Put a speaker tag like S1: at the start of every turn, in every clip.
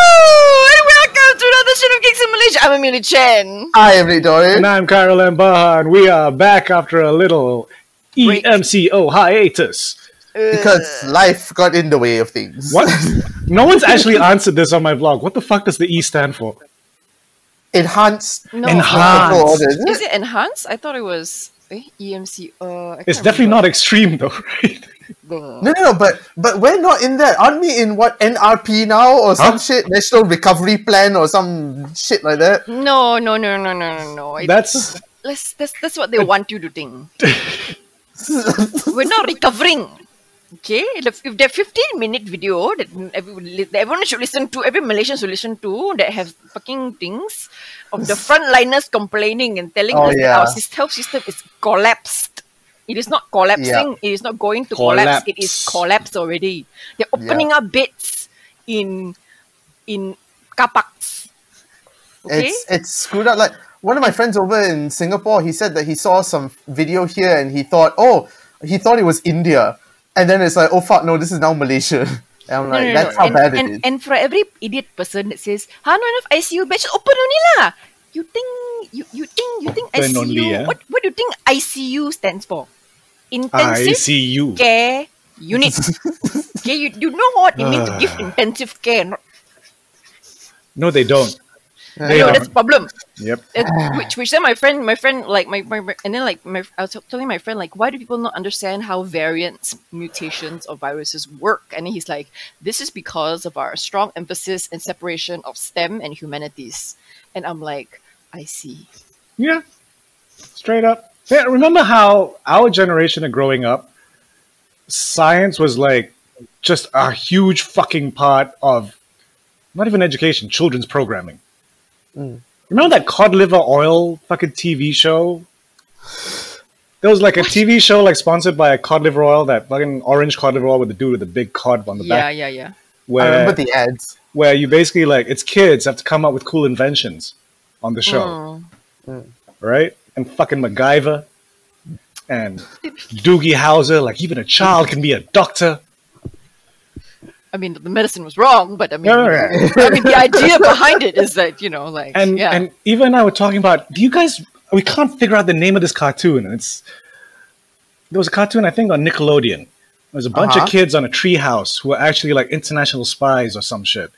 S1: Welcome to another edition of Geeks in Malaysia. I'm Amina Chen.
S2: I am Lee Dorian.
S3: And I'm Kyle M. Baha, and we are back after a little
S1: Break.
S3: EMCO hiatus.
S1: Uh,
S2: Because life got in the way of things.
S3: What? no one's actually answered this on my blog. What the fuck does the E stand for?
S2: Enhanced
S1: No.
S3: Enhanced.
S2: control order, isn't
S1: Is
S2: it?
S1: it enhanced? I thought it was eh, EMC. Uh, I can't
S3: It's definitely not
S1: remember.
S3: extreme, though, right?
S1: The-
S2: No, no, no, but but we're not in that. Aren't we in what NRP now or some
S3: Huh?
S2: shit? National Recovery Plan or some shit like that?
S1: No, no, no, no, no, no, no. It-
S3: That's
S1: let's- that's that's what they want you to think. We're not recovering. Okay, if, if that 15 minute video that everyone, li- that everyone should listen to, every Malaysian should listen to, that have fucking things of the frontliners complaining and telling
S2: Oh,
S1: us that
S2: yeah.
S1: our sys- health system is collapsed. It is not collapsing, it is not going to collapse, it is collapsed already. They're opening up beds in in car parks. Okay?
S2: It's it's screwed up. Like one of my friends over in Singapore, he said that he saw some video here and he thought, oh, he thought it was India, and then it's like, oh fuck, no, this is now Malaysia. And I'm like, that's how
S1: and, and,
S2: bad it is.
S1: And for every idiot person that says, "Ha, not enough ICU beds, just open only lah." You think you you think you think
S3: Open
S1: ICU?
S3: only, eh?
S1: What what do you think ICU stands for?
S3: I
S1: Intensive
S3: see you.
S1: care unit. okay, you, you know what it means to give
S3: Ah.
S1: intensive care. No,
S3: No, they don't. They
S1: no
S3: don't.
S1: that's the problem.
S3: Yep.
S1: That- which which then my friend my friend like my, my, my- and then like my, I was telling my friend like why do people not understand how variants mutations of viruses work and he's like this is because of our strong emphasis and separation of STEM and humanities and I'm like I see
S3: Yeah. Straight up. Yeah, remember how our generation of growing up, science was like just a huge fucking part of not even education, children's programming.
S1: Mm.
S3: Remember that cod liver oil fucking TV show? There was like a TV show like sponsored by a cod liver oil, that fucking orange cod liver oil with the dude with the big cod on the
S1: yeah
S3: back.
S1: yeah yeah
S3: Where
S2: I remember the ads.
S3: where you basically like it's kids have to come up with cool inventions on the
S1: Mm.
S3: show, right? And fucking MacGyver and Doogie Howser. Like even a child can be a doctor.
S1: I mean the medicine was wrong but I mean
S3: Yeah, yeah,
S1: I mean the idea behind it is that you know like
S3: And
S1: yeah
S3: and Eva and I were talking about. Do you guys? We can't figure out the name of this cartoon. and It's there was a cartoon I think on Nickelodeon. There was a bunch
S2: Uh-huh.
S3: of kids on a treehouse who were actually like international spies or some shit,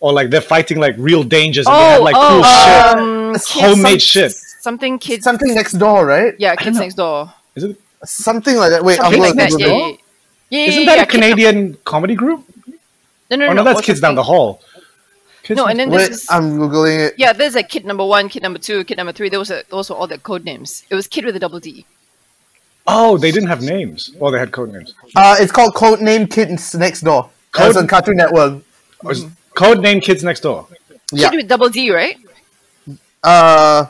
S3: or like they're fighting like real dangers and they had
S1: oh
S3: like
S1: oh
S3: cool shit.
S1: um,
S2: It's
S1: kids-
S3: homemade shit.
S1: something kids
S2: Something next door, right?
S1: yeah kids next door.
S3: Is it
S2: Something like that. Wait, I'm
S1: Something
S2: going
S1: like that,
S2: to
S1: yeah, yeah, yeah. Yeah,
S3: Isn't
S1: yeah,
S3: that
S1: yeah,
S3: a
S1: kid-
S3: Canadian comedy group?
S1: No, no,
S3: Oh
S1: no,
S3: no,
S1: no,
S3: that's
S1: or
S3: Kids Down the
S1: something-
S3: Hall. Kids
S1: No,
S3: Down-
S1: and then
S2: Wait,
S1: this is
S2: I'm googling it.
S1: yeah, there's like kid number one, kid number two, kid number three. Those are those were all their code names. It was kid with a double D.
S3: oh, they didn't have names. Well, they had code names.
S2: Uh, it's called Codename Kids Next Door. Code-
S3: Code-
S2: on Cartoon Network.
S3: Or is- Code name Kids Next Door.
S2: Yeah.
S1: Kid with double D, right?
S2: Uh,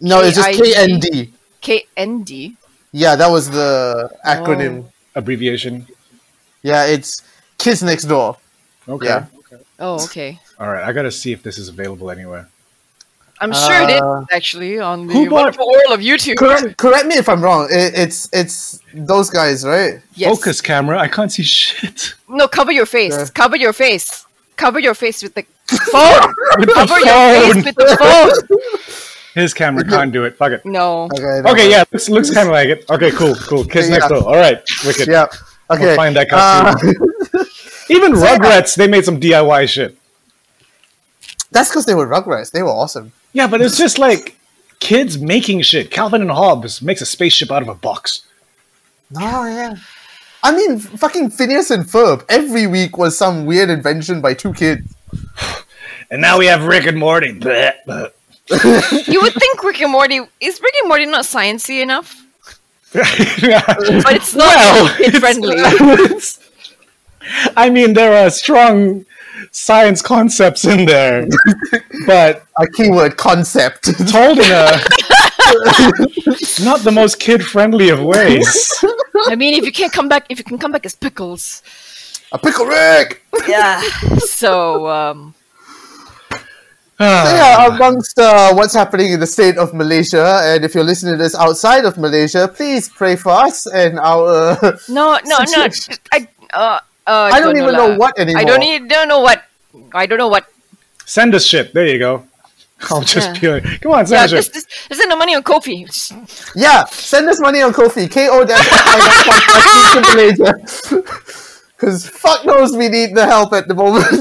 S2: no, it's just
S1: K I G.
S2: KND.
S1: K N D.
S2: Yeah, that was the
S1: Oh.
S2: acronym.
S3: Abbreviation.
S2: Yeah, it's Kids Next Door.
S3: Okay.
S2: Yeah.
S1: Oh, okay.
S3: All right. I gotta see if this is available anywhere.
S1: I'm sure it
S2: Uh,
S1: is actually on the
S3: who bought-
S1: wonderful world of YouTube.
S2: Correct, correct me if I'm wrong. It, it's it's those guys, right?
S1: Yes.
S3: Focus camera. I can't see shit.
S1: No, cover your face.
S2: Yeah.
S1: Cover your face. Cover your face with the phone.
S3: With the
S1: cover your face
S3: phone.
S1: oh, with the phone.
S3: His camera can't do it. Fuck it.
S1: No.
S2: Okay.
S3: Okay. Yeah. Looks looks kind of like it. Okay. Cool. Cool. Kids
S2: Yeah.
S3: Next Door. All right. Wicked.
S2: Yeah. Okay.
S3: We'll find that
S2: Uh,
S3: cartoon. Even Rugrats, they made some DIY shit.
S2: that's because they were Rugrats. They were awesome.
S3: Yeah, but it's just like kids making shit. Calvin and Hobbes makes a spaceship out of a box.
S2: Oh yeah. I mean, fucking Phineas and Ferb. Every week was some weird invention by two kids.
S3: And now we have Rick and Morty. Bleh, bleh.
S1: You would think Rick and Morty is Rick and Morty not sciencey enough?
S3: yeah.
S1: But it's not kid friendly.
S3: I mean, there are strong science concepts in there, but
S2: A keyword concept.
S3: told in a uh, Not the most kid friendly of ways.
S1: I mean, if you can't come back, if you can come back as pickles,
S2: A pickle Rick!
S1: yeah. So um,
S3: Ah,
S2: So yeah, amongst uh, what's happening in the state of Malaysia, and if you're listening to this outside of Malaysia, please pray for us and our. Uh,
S1: no, no, no.
S2: Situation.
S1: I uh, uh,
S2: I don't even know
S1: lah.
S2: what anymore.
S1: I don't need, don't know what. I don't know what.
S3: Send us shit. There you go. I'll just
S1: Yeah.
S3: be like, come on,
S1: Yeah,
S3: send us
S1: this,
S3: shit.
S1: this, this is the money on Kofi.
S2: Yeah, send us money on Kofi. KO Because fuck knows we need the help at the moment.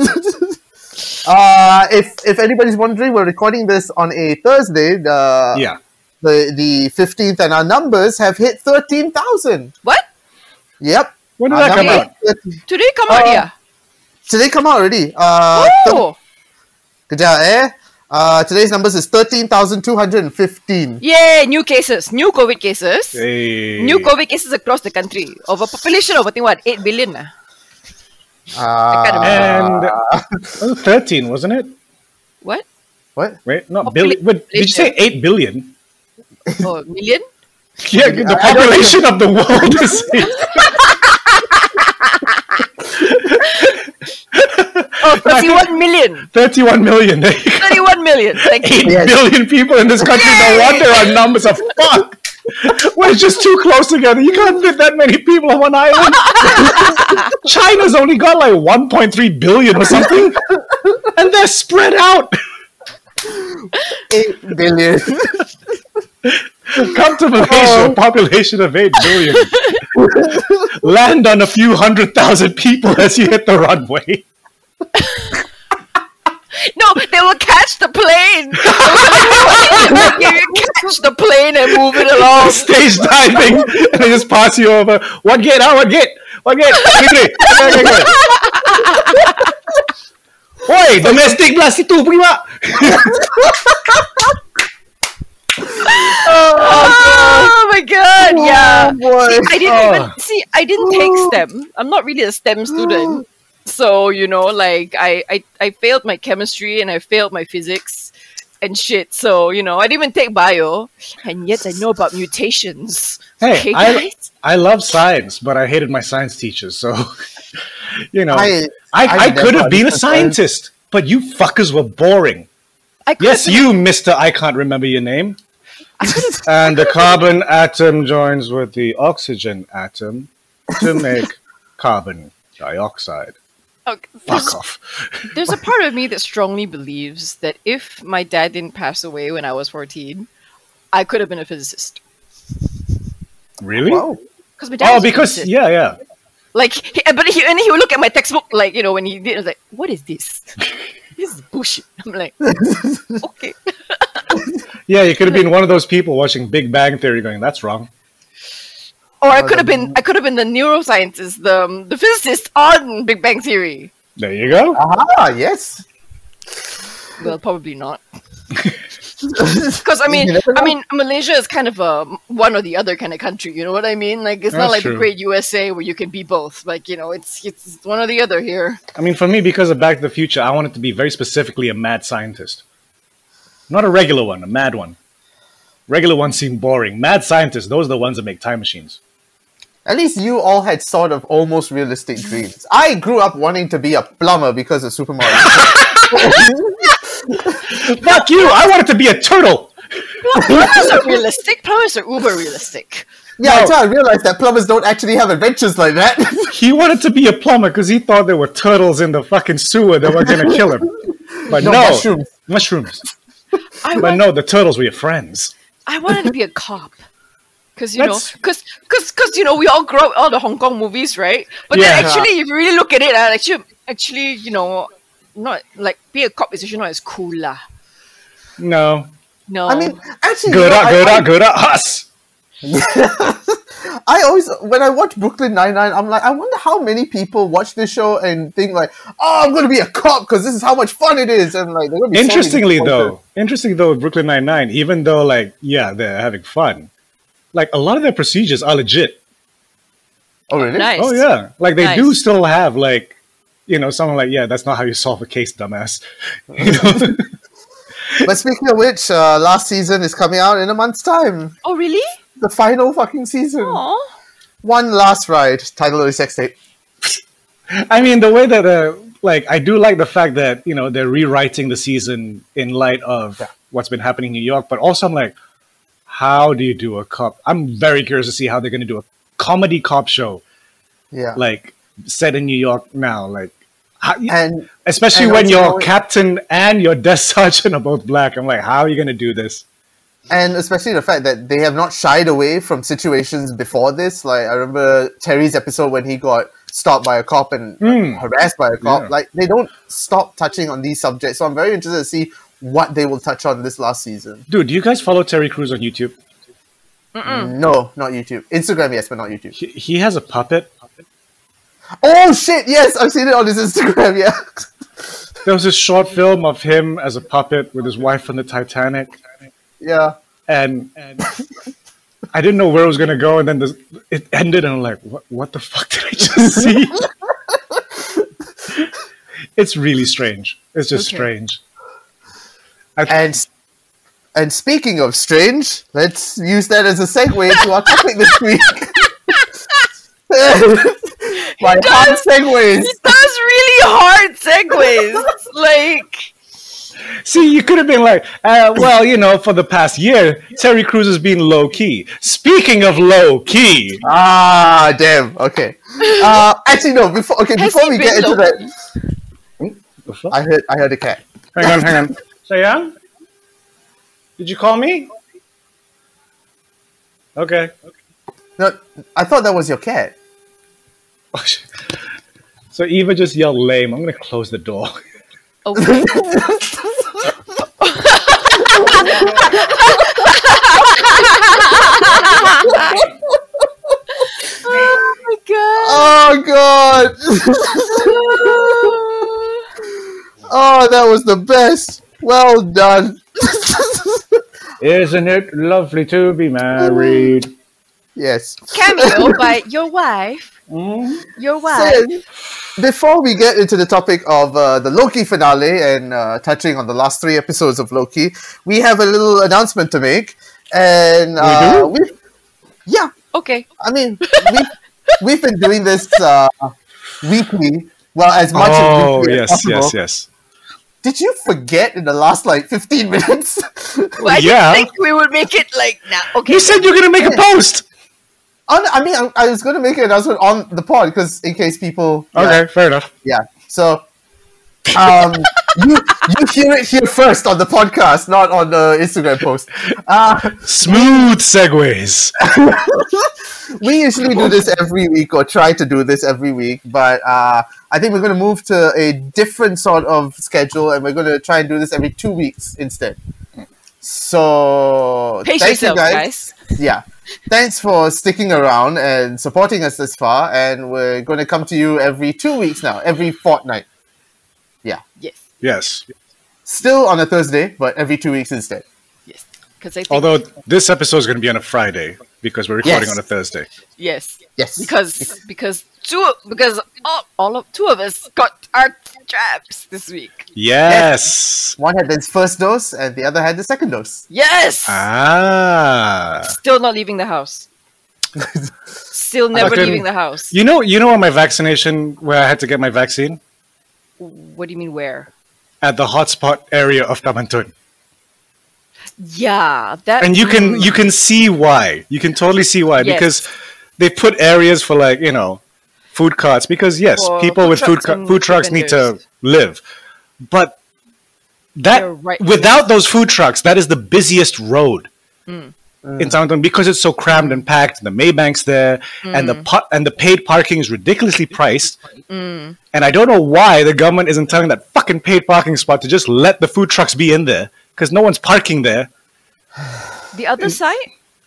S2: uh, if if anybody's wondering, we're recording this on a Thursday,
S1: uh,
S2: the
S3: Yeah.
S2: the the fifteenth, and our numbers have hit thirteen thousand.
S1: What?
S2: Yep.
S3: When did
S2: Our
S1: uh,
S3: that come
S2: numbers
S3: out?
S2: hit 13.
S1: Today come out
S2: Um,
S1: here.
S2: So they come out already. Uh, thir-
S1: oh,
S2: Good job, eh? Uh, today's numbers is thirteen thousand two hundred and fifteen.
S1: yay! New cases, new COVID cases.
S3: Hey.
S1: New COVID cases across the country of a population of I think what eight billion. ah.
S2: Uh,
S3: And that was 13, wasn't it?
S1: What?
S2: what?
S3: Wait, not
S1: Popula-
S3: billion. Wait, did you say 8 billion?
S1: Oh, million?
S3: Yeah,
S2: I
S3: the
S2: don't
S3: population of the world is.
S1: Oh, 31 million.
S3: 31 million. There you go.
S1: 31 million. Thank you.
S3: Eight
S2: Yes.
S3: billion people in this country. No wonder our numbers are fucked. We're just too close together. You can't fit that many people on one island. China's only got like 1.3 billion or something, and they're spread out.
S2: Eight billion.
S3: Come to Malaysia, a population of 8 billion. Land on a few hundred thousand people as you hit the runway.
S1: No, they will catch the plane. they will catch the plane and move it along.
S3: Stage diving, and they just pass you over. One gate, ah, one gate, one gate, three, three. Okay, okay, okay. Oi, domestic blast itu, pergi mak.
S1: Oh my god, yeah.
S2: Oh, boy.
S1: I didn't
S3: Oh.
S1: even see I didn't take STEM. I'm not really a STEM student. So, you know, like I, I I failed my chemistry and I failed my physics and shit. So, you know, I didn't even take bio. And yet I know about mutations.
S3: Oh. Hey,
S1: Okay,
S3: I,
S1: guys?
S3: I love science, but I hated my science teachers, so, you know, I,
S2: I-
S3: I,
S2: I
S3: could
S2: never
S3: have been a
S2: understood science.
S3: scientist, but you fuckers were boring.
S1: I could
S3: Yes,
S1: have
S3: you, Mr. I can't remember your name. and the carbon atom joins with the oxygen atom to make carbon dioxide.
S1: been- okay,
S3: Fuck off.
S1: there's a part of me that strongly believes that if my dad didn't pass away when I was 14, I could have been a physicist.
S3: Really?
S2: Wow.
S1: Because my dad
S3: Oh,
S1: was a
S3: because,
S1: physicist.
S3: yeah, yeah.
S1: like, he, and- but he, and he would look at my textbook, like you know, when he did, I was like, "What is this? this is bullshit." I'm like, "Okay,
S3: Yeah, you could have been one of those people watching Big Bang Theory going, that's wrong.
S1: Or I could have been, I could have been the neuroscientist, the um, the physicist on Big Bang Theory.
S3: There you go.
S2: Ah, yes.
S1: Well, probably not. Because I mean,
S2: You never
S1: I
S2: know.
S1: mean, Malaysia is kind of a one or the other kind of country. You know what I mean? Like it's not
S3: That's
S1: like
S3: true.
S1: the great USA where you can be both. Like you know, it's it's one or the other here.
S3: I mean, for me, because of Back to the Future, I wanted to be very specifically a mad scientist. Not a regular one, a mad one. Regular ones seem boring. Mad scientists, those are the ones that make time machines.
S2: At least you all had sort of almost realistic dreams. I grew up wanting to be a plumber because of Super Mario.
S3: Fuck you! I wanted to be a turtle!
S1: Plumbers are realistic. Plumbers are uber realistic.
S2: yeah, until I realized that plumbers don't actually have adventures like that.
S3: He wanted to be a plumber because he thought there were turtles in the fucking sewer that were gonna kill him. But no,
S2: No, mushrooms.
S3: Mushrooms.
S1: I
S3: But
S1: want,
S3: no, the turtles were your friends.
S1: I wanted to be a cop. Cause you know,
S3: That's-
S1: cause, cause, cause you know, we all grew up with all the Hong Kong movies, right? But then
S3: Yeah.
S1: actually, if you really look at it, uh, actually, actually, you know, not like be a cop is actually not as cool, lah.
S3: No.
S1: No,
S2: I mean, actually, you
S3: Good
S2: know,
S3: up,
S2: I,
S3: good
S2: I-
S3: up, good up, us!
S2: I always, when I watch Brooklyn Nine Nine, I'm like, I wonder how many people watch this show and think like, oh, I'm gonna be a cop because this is how much fun it is. And like, they're gonna be so
S3: Interestingly
S2: disappointed.
S3: though, interestingly though, with Brooklyn Nine Nine, even though like yeah, they're having fun, like a lot of their procedures are legit.
S2: Oh really?
S1: nice.
S3: Oh yeah, like they do
S1: Nice.
S3: still have like, you know, someone like yeah, that's not how you solve a case, dumbass. You know?
S2: But speaking of which, uh, last season is coming out in a month's time.
S1: Oh, really?
S2: The final fucking season.
S3: Oh.
S1: Aw.
S2: One last ride. Title is sex tape.
S3: I mean, the way that uh, like I do like the fact that you know they're rewriting the season in light of what's been happening in New York, but also I'm like, how do you do a cop? I'm very curious to see how they're going to do a comedy cop show
S2: Yeah.
S3: like set in New York now, like. How,
S2: and
S3: especially
S2: and
S3: when
S2: also-
S3: your captain and your desk sergeant are both black. I'm like, how are you going to do this?
S2: and especially the fact that they have not shied away from situations before this. Like I remember Terry's episode when he got stopped by a cop and
S3: Hmm.
S2: harassed by a cop.
S3: Yeah.
S2: Like they don't stop touching on these subjects. So I'm very interested to see what they will touch on this last season.
S3: Dude, do you guys follow Terry Crews on YouTube?
S2: No, not YouTube. Instagram, yes, but not YouTube.
S3: He, he has a puppet.
S2: Oh shit! Yes, I've seen it on his Instagram. Yeah,
S3: There was this short film of him as a puppet with his wife on the Titanic,
S2: yeah.
S3: and, and I didn't know where it was going to go. And then this, it ended, and I'm like, what, what the fuck did I just see? it's really strange. It's just
S1: Okay.
S3: strange.
S2: And and speaking of strange, let's use that as a segue into our topic this week. My hard segues.
S1: It does really hard segues. like,
S3: See, you could have been like, uh, well, you know, for the past year, Terry Crews has been low key. Speaking of low key,
S2: Ah, damn. Okay. Uh, actually, no. Before okay,
S1: Has
S2: before
S1: he
S2: we get
S1: been
S2: into
S1: low-
S2: that, I heard I heard a cat.
S3: hang on, hang on. Sayang, did you call me? Okay.
S2: No, I thought that was your cat.
S3: Oh, shit. So Eva just yelled lame. I'm gonna close the door. Oh.
S1: okay. oh my god.
S2: Oh god. oh, that was the best. Well done.
S3: Isn't it lovely to be married?
S2: yes.
S1: Cameo by your wife. Your wife.
S2: Then, before we get into the topic of uh, the Loki finale and uh, touching on the last three episodes of Loki, we have a little announcement to make. And uh, we yeah,
S1: Okay.
S2: I mean, we've, we've been doing this uh, weekly. Well, as much as
S3: Oh
S2: weekly as
S3: yes,
S2: possible.
S3: yes, yes.
S2: Did you forget in the last like fifteen minutes?
S1: Well, I
S3: Yeah.
S1: didn't think we would make it like now. Okay.
S3: You said you're gonna make a post.
S2: On, I mean, I, I was going to make an announcement on the pod because in case people. yeah,
S3: Okay, fair enough.
S2: Yeah. So, um, you you hear it here first on the podcast, not on the Instagram post. Uh,
S3: Smooth segues.
S2: we usually do this every week or try to do this every week, but uh, I think we're going to move to a different sort of schedule, and we're going to try and do this every two weeks instead. So,
S1: Pace
S2: thank
S1: yourself,
S2: you guys.
S1: guys.
S2: yeah. Thanks for sticking around and supporting us this far. And we're going to come to you every two weeks now, every fortnight.
S1: Yes.
S3: Yes.
S2: Still on a Thursday, but every two weeks instead.
S1: Yes. Because I think
S3: Although this episode is going to be on a Friday because we're recording
S2: Yes.
S3: on a Thursday.
S1: yes.
S2: Yes.
S1: because because two because all, all of two of us got our jabs this week.
S3: Yes.
S2: one had his first dose and the other had the second dose.
S1: Yes,
S3: Ah.
S1: still not leaving the house. still never
S3: Fucking-
S1: leaving the house.
S3: You know, you know, on my vaccination, where I had to get my vaccine
S1: What do you mean where?
S3: at the hotspot area of Tamantun,
S1: Yeah, that
S3: and you can you can see why. You can totally see why
S1: Yes.
S3: because they put areas for like you know food carts because yes,
S1: For
S3: people
S1: food
S3: with food
S1: trucks
S3: cu-
S1: and
S3: food trucks need to
S1: vendors.
S3: live, but that
S1: You're right.
S3: without those food trucks, that is the busiest road.
S1: Mm.
S3: in Southampton because it's so crammed and packed. The Maybank's there, and
S1: Mm.
S3: the pa- and the paid parking is ridiculously priced. And I don't know why the government isn't telling that fucking paid parking spot to just let the food trucks be in there because no one's parking there.
S1: the other side.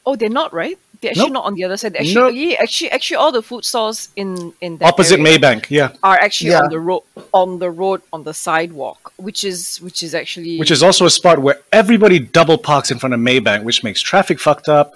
S1: Oh, they're not right. They're actually
S3: Nope.
S1: not on the other side. Actually,
S3: Nope.
S1: yeah, actually, actually, all the food stalls in in that
S3: Opposite
S1: area
S3: Maybank, yeah,
S1: are actually
S2: Yeah.
S1: on the road on the road on the sidewalk, which is which is actually
S3: which is also a spot where everybody double parks in front of Maybank, which makes traffic fucked up.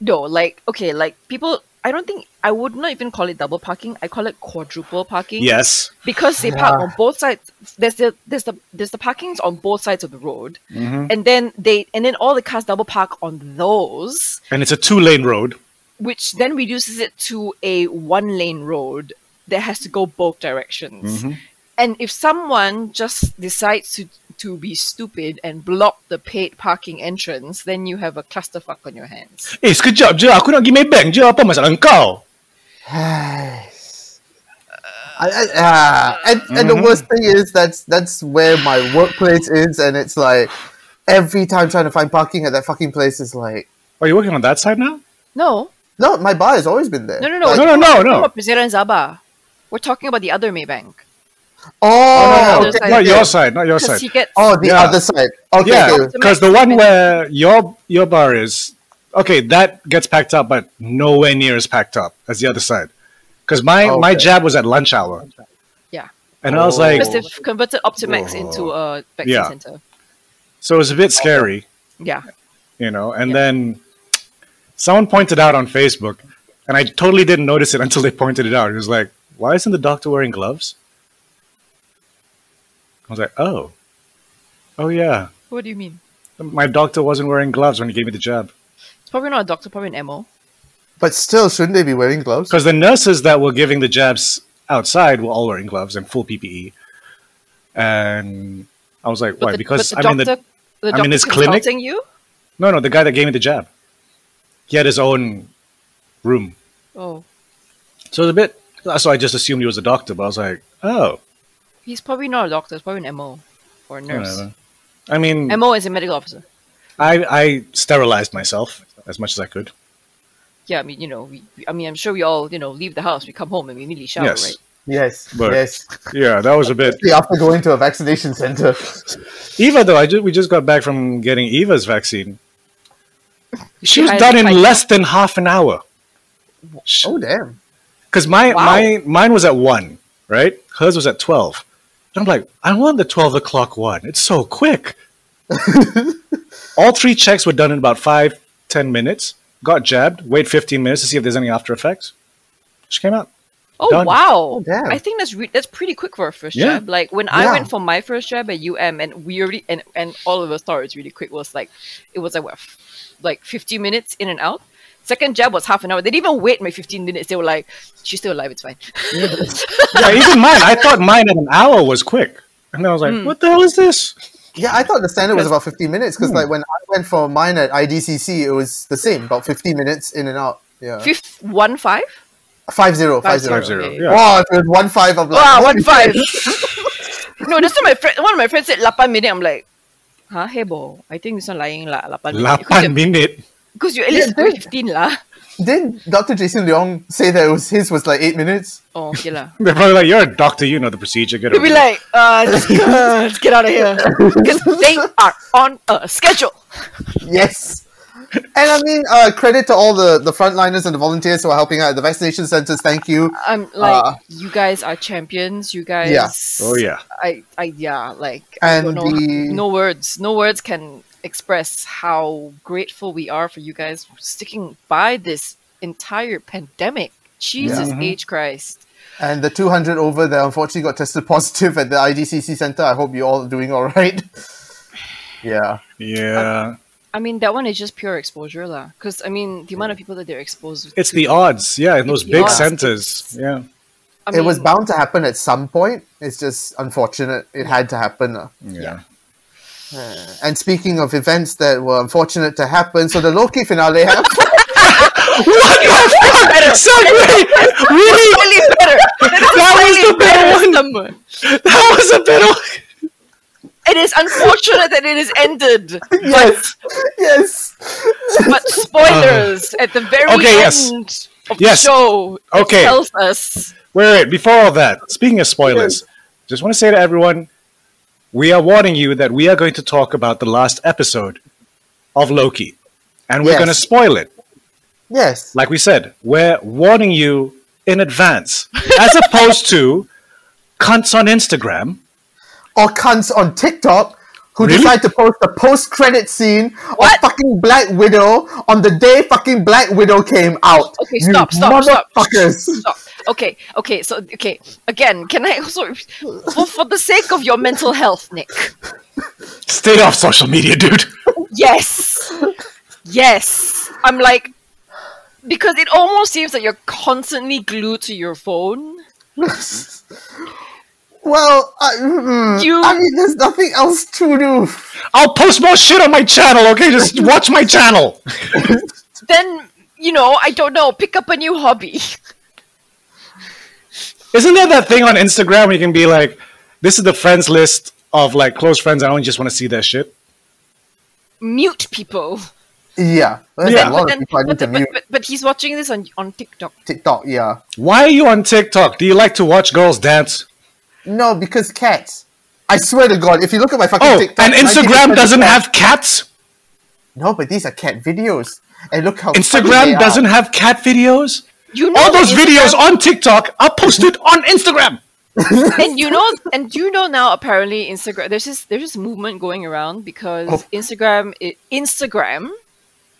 S1: no like okay like people I don't think I would not even call it double parking. I call it quadruple parking.
S3: Yes.
S1: Because they park on both sides. There's the there's the there's the parkings on both sides of the road,
S3: Mm-hmm.
S1: and then they and then all the cars double park on those,
S3: And it's a two lane road.
S1: which then reduces it to a one lane road that has to go both directions.
S3: Mm-hmm.
S1: And if someone just decides to to be stupid and block the paid parking entrance, then you have a clusterfuck on your hands.
S3: Eh, sekejap je. Aku nak pergi Maybank je. Apa masalah kau?
S2: Uh, Yes. I, I, ah, and, and the worst thing is that's that's where my workplace is, and it's like every time trying to find parking at that fucking place is like,
S3: Are you working on that side now?
S1: No,
S2: no, my bar has always been there.
S1: No, no, no.
S2: Like,
S3: No, no, no, no.
S1: Talking about Brasilia and Zaba. We're talking about the other Maybank. no, no,
S2: Oh, okay,
S1: no,
S2: okay.
S3: Not your side. Not your
S1: Because he
S3: side.
S1: gets.
S2: Oh, the
S3: Yeah.
S2: other side. Okay,
S3: Yeah,
S2: okay.
S3: because the one where your your bar is okay, that gets packed up, but nowhere near as packed up as the other side. Because my
S2: Oh,
S3: my
S2: Okay.
S3: jab was at lunch hour,
S1: yeah.
S3: and I was
S2: Oh.
S3: like,
S1: Because they've converted Optimax into a vaccine
S3: Yeah.
S1: center.
S3: so it was a bit scary,
S1: Yeah.
S3: you know. And
S1: Yeah.
S3: then someone pointed out on Facebook, and I totally didn't notice it until they pointed it out. It was like, why isn't the doctor wearing gloves? I was like, oh, oh yeah,
S1: What do you mean?
S3: my doctor wasn't wearing gloves when he gave me the jab.
S1: It's probably not a doctor, probably an MO.
S2: But still, shouldn't they be wearing gloves?
S3: because the nurses that were giving the jabs outside were all wearing gloves and full PPE. And I was like,
S1: But
S3: why?
S1: the,
S3: because
S1: but the
S3: I mean,
S1: doctor,
S3: the,
S1: the
S3: I mean,
S1: doctor
S3: it's clinic.
S1: consulting you?
S3: no, no, the guy that gave me the jab, he had his own room,
S1: Oh.
S3: so it was a bit. So I just assumed he was a doctor, but I was like, oh,
S1: He's probably not a doctor, it's probably an MO or a nurse.
S3: whatever. I mean,
S1: MO is a medical officer.
S3: I, I sterilized myself as much as I could.
S1: Yeah, I mean, you know, we, I mean, I'm sure we all, you know, leave the house, we come home and we immediately shower,
S3: Yes.
S1: right?
S2: Yes,
S3: But-
S2: yes.
S3: Yeah, that was a bit.
S2: After going to a vaccination center.
S3: Eva, though, I ju- we just got back from getting Eva's vaccine. She was
S1: I-
S3: done in
S1: I-
S3: less than half an hour. She-
S2: Oh, damn.
S3: because my
S1: Wow.
S3: my mine was at one, right? Hers was at twelve. And I'm like, I want the twelve o'clock one. It's so quick. All three checks were done in about five, ten minutes. Got jabbed. Wait fifteen minutes to see if there's any after effects. She came out.
S1: Oh
S3: Done.
S1: wow!
S2: damn.
S1: I think that's re- that's pretty quick for a first
S3: Yeah.
S1: jab. Like when I
S2: Yeah.
S1: went for my first jab at UM, and we already and, and all of us thought it was really quick. Was like it was like what, f- like fifteen minutes in and out. Second jab was half an hour. They didn't even wait my fifteen minutes. They were like, "She's still alive. It's fine."
S3: Yeah, even mine. I thought mine at an hour was quick. And then I was
S1: Hmm.
S3: like, what the hell is this?
S2: Yeah, I thought the standard was about 15 minutes because, like, when I went for mine at IDCC, it was the same, about 15 minutes in and out.
S3: Uh.
S2: Yeah.
S1: Fifth one five.
S2: Five zero, five zero.
S3: Five zero.
S1: Okay.
S3: Yeah.
S2: Wow, if it was one five, I'm like,
S1: Wow,
S2: holy
S1: one five. no, that's what my friend. One of my friends said lapan minute. I'm like, huh? Hey, bo, I think this one lying la lapan minute.
S3: Lapan minute.
S1: Because you at least
S2: Yeah, dude.
S1: fifteen lah.
S2: shit. Didn't Dr. Jason Leong say that it was his was like eight minutes?
S1: Oh, okay lah.
S3: They're probably like, you're a doctor. You know the procedure. Get
S1: They'll
S3: over
S1: be
S3: it."
S1: like, uh, let's, let's get out of here. Because they are on a schedule.
S2: Yes. and I mean, uh, credit to all the, the frontliners and the volunteers who are helping out at the vaccination centers. Thank you.
S1: I'm like,
S2: Uh,
S1: you guys are champions. You guys.
S2: Yeah.
S3: oh yeah.
S1: I, I, yeah, like, I don't
S2: And
S1: know.
S2: the-
S1: No words. No words can express how grateful we are for you guys for sticking by this entire pandemic. Jesus
S2: Mm-hmm.
S1: H. Christ.
S2: And the 200 over that unfortunately got tested positive at the IDCC center. I hope you're all doing all right. yeah.
S3: Yeah.
S1: I mean, that one is just pure exposure, lah. Because, I mean, the amount of people that they're exposed
S3: It's the odds. Yeah, in those
S1: the
S3: big
S1: odds.
S3: centers. Yeah.
S1: I
S2: it was
S1: mean,
S2: bound to happen at some point. It's just unfortunate it had to happen.
S3: Yeah.
S2: And speaking of events that were unfortunate to happen, so the Loki finale happened.
S3: Segue! Really?
S1: Slightly better.
S3: That was the better one.
S1: Number.
S3: That was a better one.
S1: It is unfortunate that it is ended,
S2: yes, yes.
S1: but spoilers at the very
S3: Okay, yes.
S1: end of
S3: Yes.
S1: the show it
S3: Okay.
S1: tells us.
S3: Wait, wait, before all that, speaking of spoilers, just want to say to everyone, we are warning you that we are going to talk about the last episode of Loki. And we're
S2: Yes.
S3: going to spoil it.
S2: Yes.
S3: Like we said, we're warning you in advance, as opposed to cunts on Instagram.
S2: Or cunts on TikTok who
S3: Really?
S2: decide to post a post-credit scene
S1: What?
S2: of fucking Black Widow on the day fucking Black Widow came out.
S1: Okay,
S2: You
S1: stop, stop, stop.
S2: motherfuckers.
S1: Stop. Okay, okay, so okay. Again, can I also for, for the sake of your mental health, Nick.
S3: Stay off social media, dude.
S1: Yes. Yes. I'm like because it almost seems that you're constantly glued to your phone.
S2: Well, I, mm,
S1: You-
S2: I mean, there's nothing else to do.
S3: I'll post more shit on my channel, okay? Just watch my channel.
S1: Then, you know, I don't know, pick up a new hobby.
S3: Isn't there that thing on Instagram where you can be like, this is the friends list of like close friends, I only just want to see their shit?
S1: Mute people.
S2: Yeah, there's
S3: Yeah.
S2: a lot of
S1: Then-
S2: people I need
S1: but,
S2: to
S1: but,
S2: mute.
S1: but, but he's watching this on, on TikTok.
S2: TikTok, yeah.
S3: Why are you on TikTok? Do you like to watch girls dance?
S2: No, because cats. I swear to God, if you look at my fucking
S3: Oh,
S2: TikTok,
S3: and
S2: 90%
S3: Instagram
S2: of
S3: doesn't
S2: cats-
S3: have cats?
S2: No, but these are cat videos, and look how funny they
S3: Instagram
S2: are.
S3: doesn't have cat videos?
S1: You know
S3: All those
S1: that
S3: videos
S1: Instagram-
S3: on TikTok are posted on Instagram.
S1: and you know and you know now apparently instagram there's this there's this movement going around because
S2: Oh.
S1: instagram i- instagram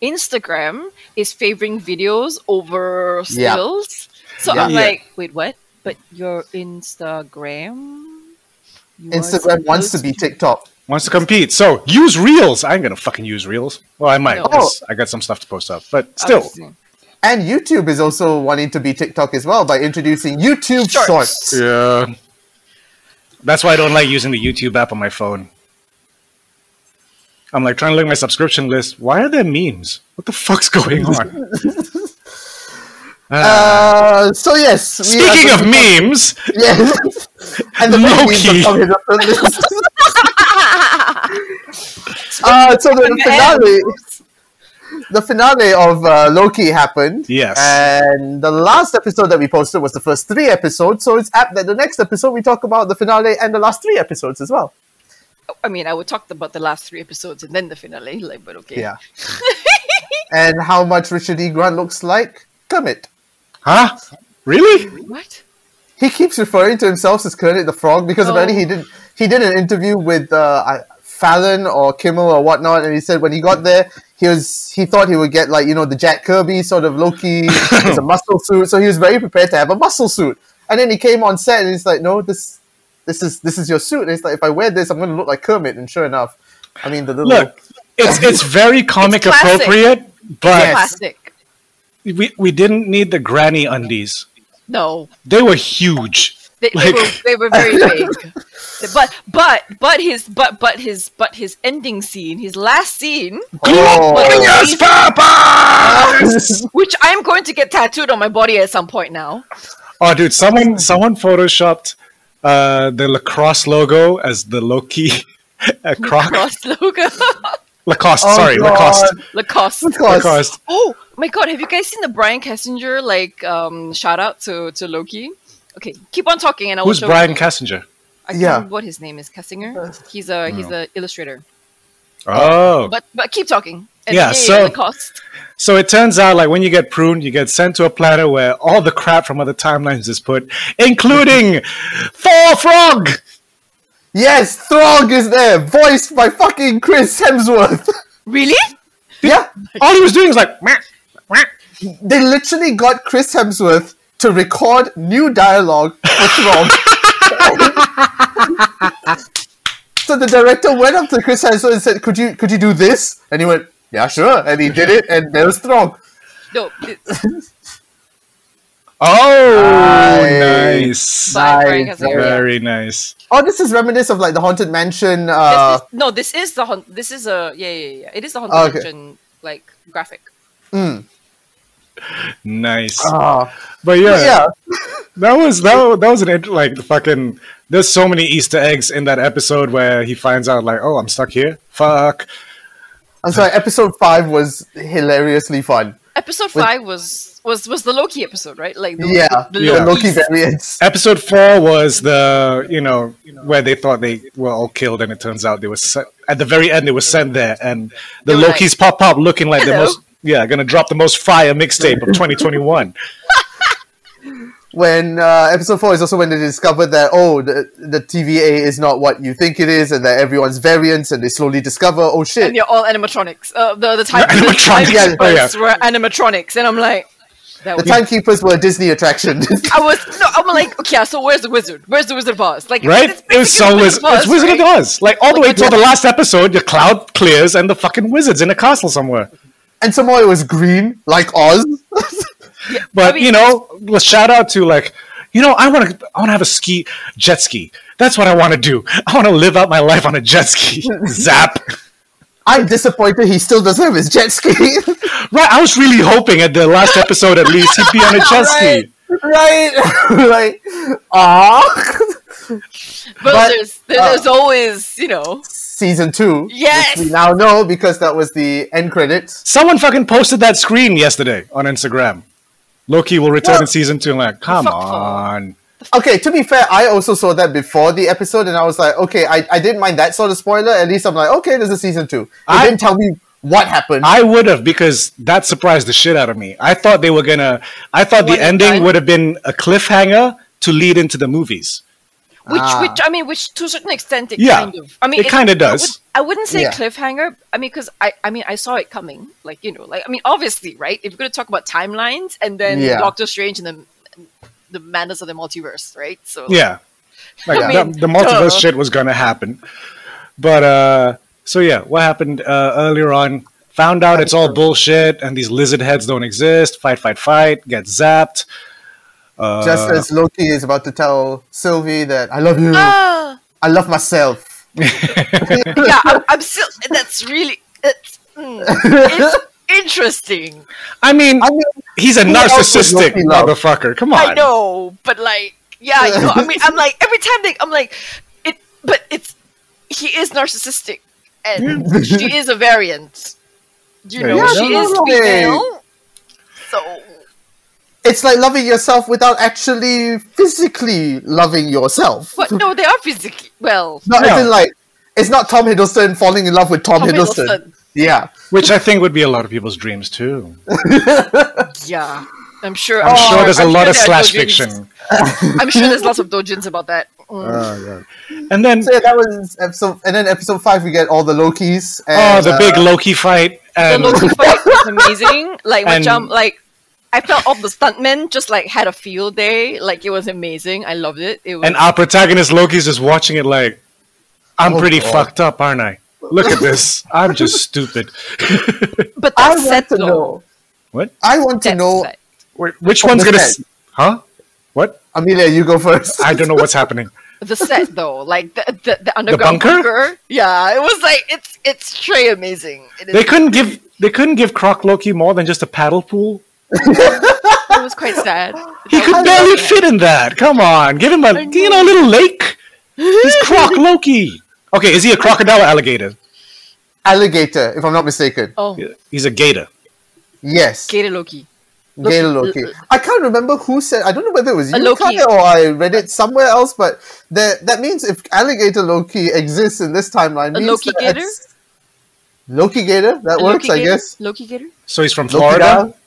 S1: instagram is favoring videos over
S2: Yeah.
S1: stills so
S2: Yeah.
S1: i'm
S3: Yeah.
S1: like wait what but your instagram You are
S2: Instagram wants to
S1: supposed
S2: be TikTok.
S3: Wants to compete. So use Reels. I ain't going to fucking use Reels. Well, I might
S1: No.
S3: 'cause I got some stuff to post up. But still,
S2: And YouTube is also wanting to be TikTok as well by introducing YouTube
S1: Shorts.
S2: Shorts.
S3: Yeah. That's why I don't like using the YouTube app on my phone. I'm like trying to look at my subscription list. Why are there memes? What the fuck's going on? Ah.
S2: Uh, so yes. we are
S3: Speaking
S2: going
S3: of
S2: to-
S3: memes,
S2: yes, and the
S3: Low
S2: memes
S3: key.
S2: are coming up on this. uh, so the finale, the finale of uh, Loki happened.
S3: Yes.
S2: and the last episode that we posted was the first three episodes. So it's apt that the next episode we talk about the finale and the last three episodes as well.
S1: i mean i would talk about the last three episodes and then the finale like but okay
S2: Yeah. and how much Richard E. Grant looks like? Kermit.
S3: huh? Really?
S1: what
S2: He keeps referring to himself as Kermit the Frog because
S1: Oh.
S2: apparently he did he did an interview with uh, I- Fallon or Kimmel or whatnot, and he said when he got there, he was he thought he would get like you know the Jack Kirby sort of Loki as a muscle suit, so he was very prepared to have a muscle suit. And then he came on set and he's like, no, this this is this is your suit. And he's like, if I wear this, I'm going to look like Kermit. And sure enough, I mean the little
S3: Look, it's it's very comic
S1: classic.
S3: appropriate, but
S1: classic
S3: we, we didn't need the granny undies.
S1: no
S3: They were huge.
S1: They,
S3: Like-
S1: they, were, they were very vague. but but but his but but his but his ending scene, his last scene,
S2: Oh.
S3: Yes, Papa!
S1: which I'm going to get tattooed on my body at some point now.
S3: Oh, dude, someone someone photoshopped uh, the lacrosse logo as the Loki uh, croc.
S1: Cross logo.
S3: Lacoste,
S2: Oh,
S3: sorry,
S2: God.
S3: Lacoste.
S1: Lacoste.
S2: Lacoste.
S3: Lacoste.
S1: Oh my god, have you guys seen the Brian Kessinger like um shout out to, to Loki? Okay, keep on talking and I will
S3: Who's
S1: show
S3: Brian Uh,
S1: you.
S3: Cassinger?
S1: I can't
S2: Yeah.
S1: remember what his name is, Kessinger. He's a he's a illustrator.
S3: Oh,
S1: But but keep talking. And
S3: Yeah, so-
S1: Lacoste.
S3: so it turns out like when you get pruned, you get sent to a planet where all the crap from other timelines is put, including Four Frog.
S2: yes, Throg is there, voiced by fucking Chris Hemsworth.
S1: Really?
S2: yeah,
S3: All he was doing was like, "Meh, meh."
S2: they literally got Chris Hemsworth to record new dialogue for Throg. so the director went up to Chris Hemsworth and said, "Could you could you do this?" And he went, "Yeah, sure." And he did it, and there was Throg.
S1: No. it-
S3: oh,
S2: Nice.
S3: nice,
S1: By Brian
S2: Nice.
S1: Kessinger. yeah.
S3: very nice.
S2: Oh, this is reminiscent of like the Haunted Mansion.
S1: This
S2: Uh,
S1: is, no, this is the haunt. This is a yeah, yeah, yeah. It is the haunted
S2: Okay.
S1: mansion like graphic.
S3: Nice,
S2: ah,
S3: but
S2: but
S3: Uh, yeah,
S2: yeah,
S3: that was that, wa- that was an int- like fucking. There's so many Easter eggs in that episode where he finds out like, oh, I'm stuck here. Fuck.
S2: I'm sorry. Episode five was hilariously fun.
S1: Episode five was was was the Loki episode, right? Like the,
S2: Yeah,
S1: the,
S3: Yeah.
S2: the Loki
S1: Loki's-
S2: variants.
S3: Episode four was the you know where they thought they were all killed, and it turns out they were sent, at the very end they were sent there, and the
S1: They were
S3: Loki's pop up looking like
S1: "Hello."
S3: the most yeah gonna drop the most fire mixtape of 2021.
S2: when uh, episode four is also when they discovered that oh the, the TVA is not what you think it is, and that everyone's variants, and they slowly discover oh shit,
S1: and you're all animatronics. Uh, the the time the
S3: animatronics.
S1: timekeepers
S3: Oh, yeah.
S1: were animatronics, and I'm like, that
S2: the
S1: was.
S2: timekeepers were a Disney attraction.
S1: I was no, I'm like, okay, so where's the wizard? Where's the Wizard of Oz? Like,
S3: Right?
S1: It's,
S3: It was
S1: basically
S3: so Wizard. It's Wizard of
S1: right?
S3: Oz. Like all the way
S1: Like,
S3: till the
S1: yeah.
S3: last episode, the cloud clears and the fucking wizard's in a castle somewhere.
S2: and some more it was green like Oz.
S1: I
S3: But
S1: mean-
S3: you know, let's shout out to like, you know, I want to, I want to have a ski jet ski. That's what I want to do. I want to live out my life on a jet ski. Zap.
S2: I'm disappointed he still doesn't have his jet ski.
S3: Right. I was really hoping at the last episode, at least, he'd be on a jet ski.
S2: right, right. Ah,
S1: But,
S2: But,
S1: there's there-
S2: uh,
S1: there's always you know
S2: season two.
S1: Yes!
S2: which we now know because that was the end credits.
S3: Someone fucking posted that screen yesterday on Instagram. Loki will return in
S2: What?
S3: season two. I'm like, come
S1: fuck?
S3: on.
S2: Okay, to be fair, I also saw that before the episode, and I was like, okay, I, I didn't mind that sort of spoiler. At least I'm like, okay, there's a season two. They
S3: I-
S2: didn't tell me what happened.
S3: I would have because that surprised the shit out of me. I thought they were gonna. I thought
S1: One
S3: the ending
S1: time.
S3: would have been a cliffhanger to lead into the movies.
S1: which
S2: Ah.
S1: which I mean which to a certain extent it
S3: Yeah,
S1: kind of I mean
S3: it kinda does.
S1: I, would, not say
S2: Yeah.
S1: cliffhanger. I mean because I I mean I saw it coming. Like you know like I mean obviously right if we're gonna talk about timelines and then
S2: Yeah.
S1: Doctor Strange and the the madness of the multiverse right so
S3: Yeah, like
S1: I
S3: the-
S1: mean,
S3: the, multiverse
S1: duh.
S3: shit was gonna happen. But uh, so yeah, what happened uh, earlier on? Found out it's all bullshit, and these lizard heads don't exist. Fight, fight, fight. Get zapped. Uh,
S2: Just as Loki is about to tell Sylvie that I love you,
S1: Ah,
S2: I love myself.
S1: yeah I'm, I'm still that's really it's, mm, it's interesting.
S3: I mean,
S2: I mean,
S3: he's a
S2: else would
S3: narcissistic
S2: Loki love?
S3: motherfucker. Come on.
S1: I know, but like, yeah, you know, I mean, I'm like every time they, I'm like, it, but it's he is narcissistic, and she is a variant. You
S3: Yeah,
S1: know,
S3: yeah,
S1: she
S2: no,
S1: is
S2: no, no.
S1: female, so
S2: it's like loving yourself without actually physically loving yourself.
S1: but no, they are physically well.
S2: Not
S3: No.
S2: as in like it's not Tom Hiddleston falling in love with Tom,
S1: Tom
S2: Hiddleston.
S1: Hiddleston.
S2: Yeah,
S3: Which I think would be a lot of people's dreams too.
S1: Yeah, I'm sure. oh,
S3: I'm sure there's a
S1: I'm
S3: lot
S1: sure
S3: of
S1: there are doujins.
S3: slash fiction. Uh,
S1: I'm sure there's lots of dojins about that. Mm.
S3: Oh, And then
S2: so yeah, that was episode, and then episode five we get all the Lokis.
S3: oh,
S2: And,
S3: the
S2: uh,
S3: big Loki fight
S1: the
S3: and
S1: Loki fight was amazing. Like my
S3: And-
S1: jump, like I felt all the stuntmen just like had a field day. Like it was amazing. I loved it. It was
S3: and our protagonist Loki's just watching it like, I'm
S2: Oh,
S3: pretty
S2: God.
S3: fucked up, aren't I? Look at this. I'm just stupid.
S1: But
S2: I
S1: that's set
S2: want to
S1: though.
S2: know.
S3: What?
S2: I want to
S1: That's
S2: know.
S1: set.
S3: Wait, which
S2: From
S3: one's
S2: the
S3: gonna?
S2: set.
S3: s- Huh? What?
S2: Amelia, you go first.
S3: I don't know what's happening.
S1: The set though, like the the, the underground
S3: bunker?
S1: Yeah, it was like it's it's straight amazing. It, is,
S3: They couldn't give they couldn't give Croc Loki more than just a paddle pool.
S1: it was quite sad.
S3: He could barely fit in that. Come on, give him a you know a little lake. He's Croc Loki. Okay, is he a crocodile or alligator?
S2: Alligator, if I'm not mistaken.
S1: Oh,
S3: He's a gator.
S2: Yes,
S1: Gator Loki.
S2: Gator
S1: Loki-
S2: Loki. I can't remember who said. I don't know whether it was
S1: A
S2: you,
S1: Loki.
S2: Kaya, or I read it somewhere else. But that that means if Alligator Loki exists in this timeline,
S1: A
S2: means
S1: Loki
S2: that
S1: Gator?
S2: it's- Loki Gator. That
S1: A
S2: works,
S1: Loki
S2: I
S1: Gator?
S2: guess.
S1: Loki Gator.
S3: So he's from
S2: Loki
S3: Florida.
S2: Gator?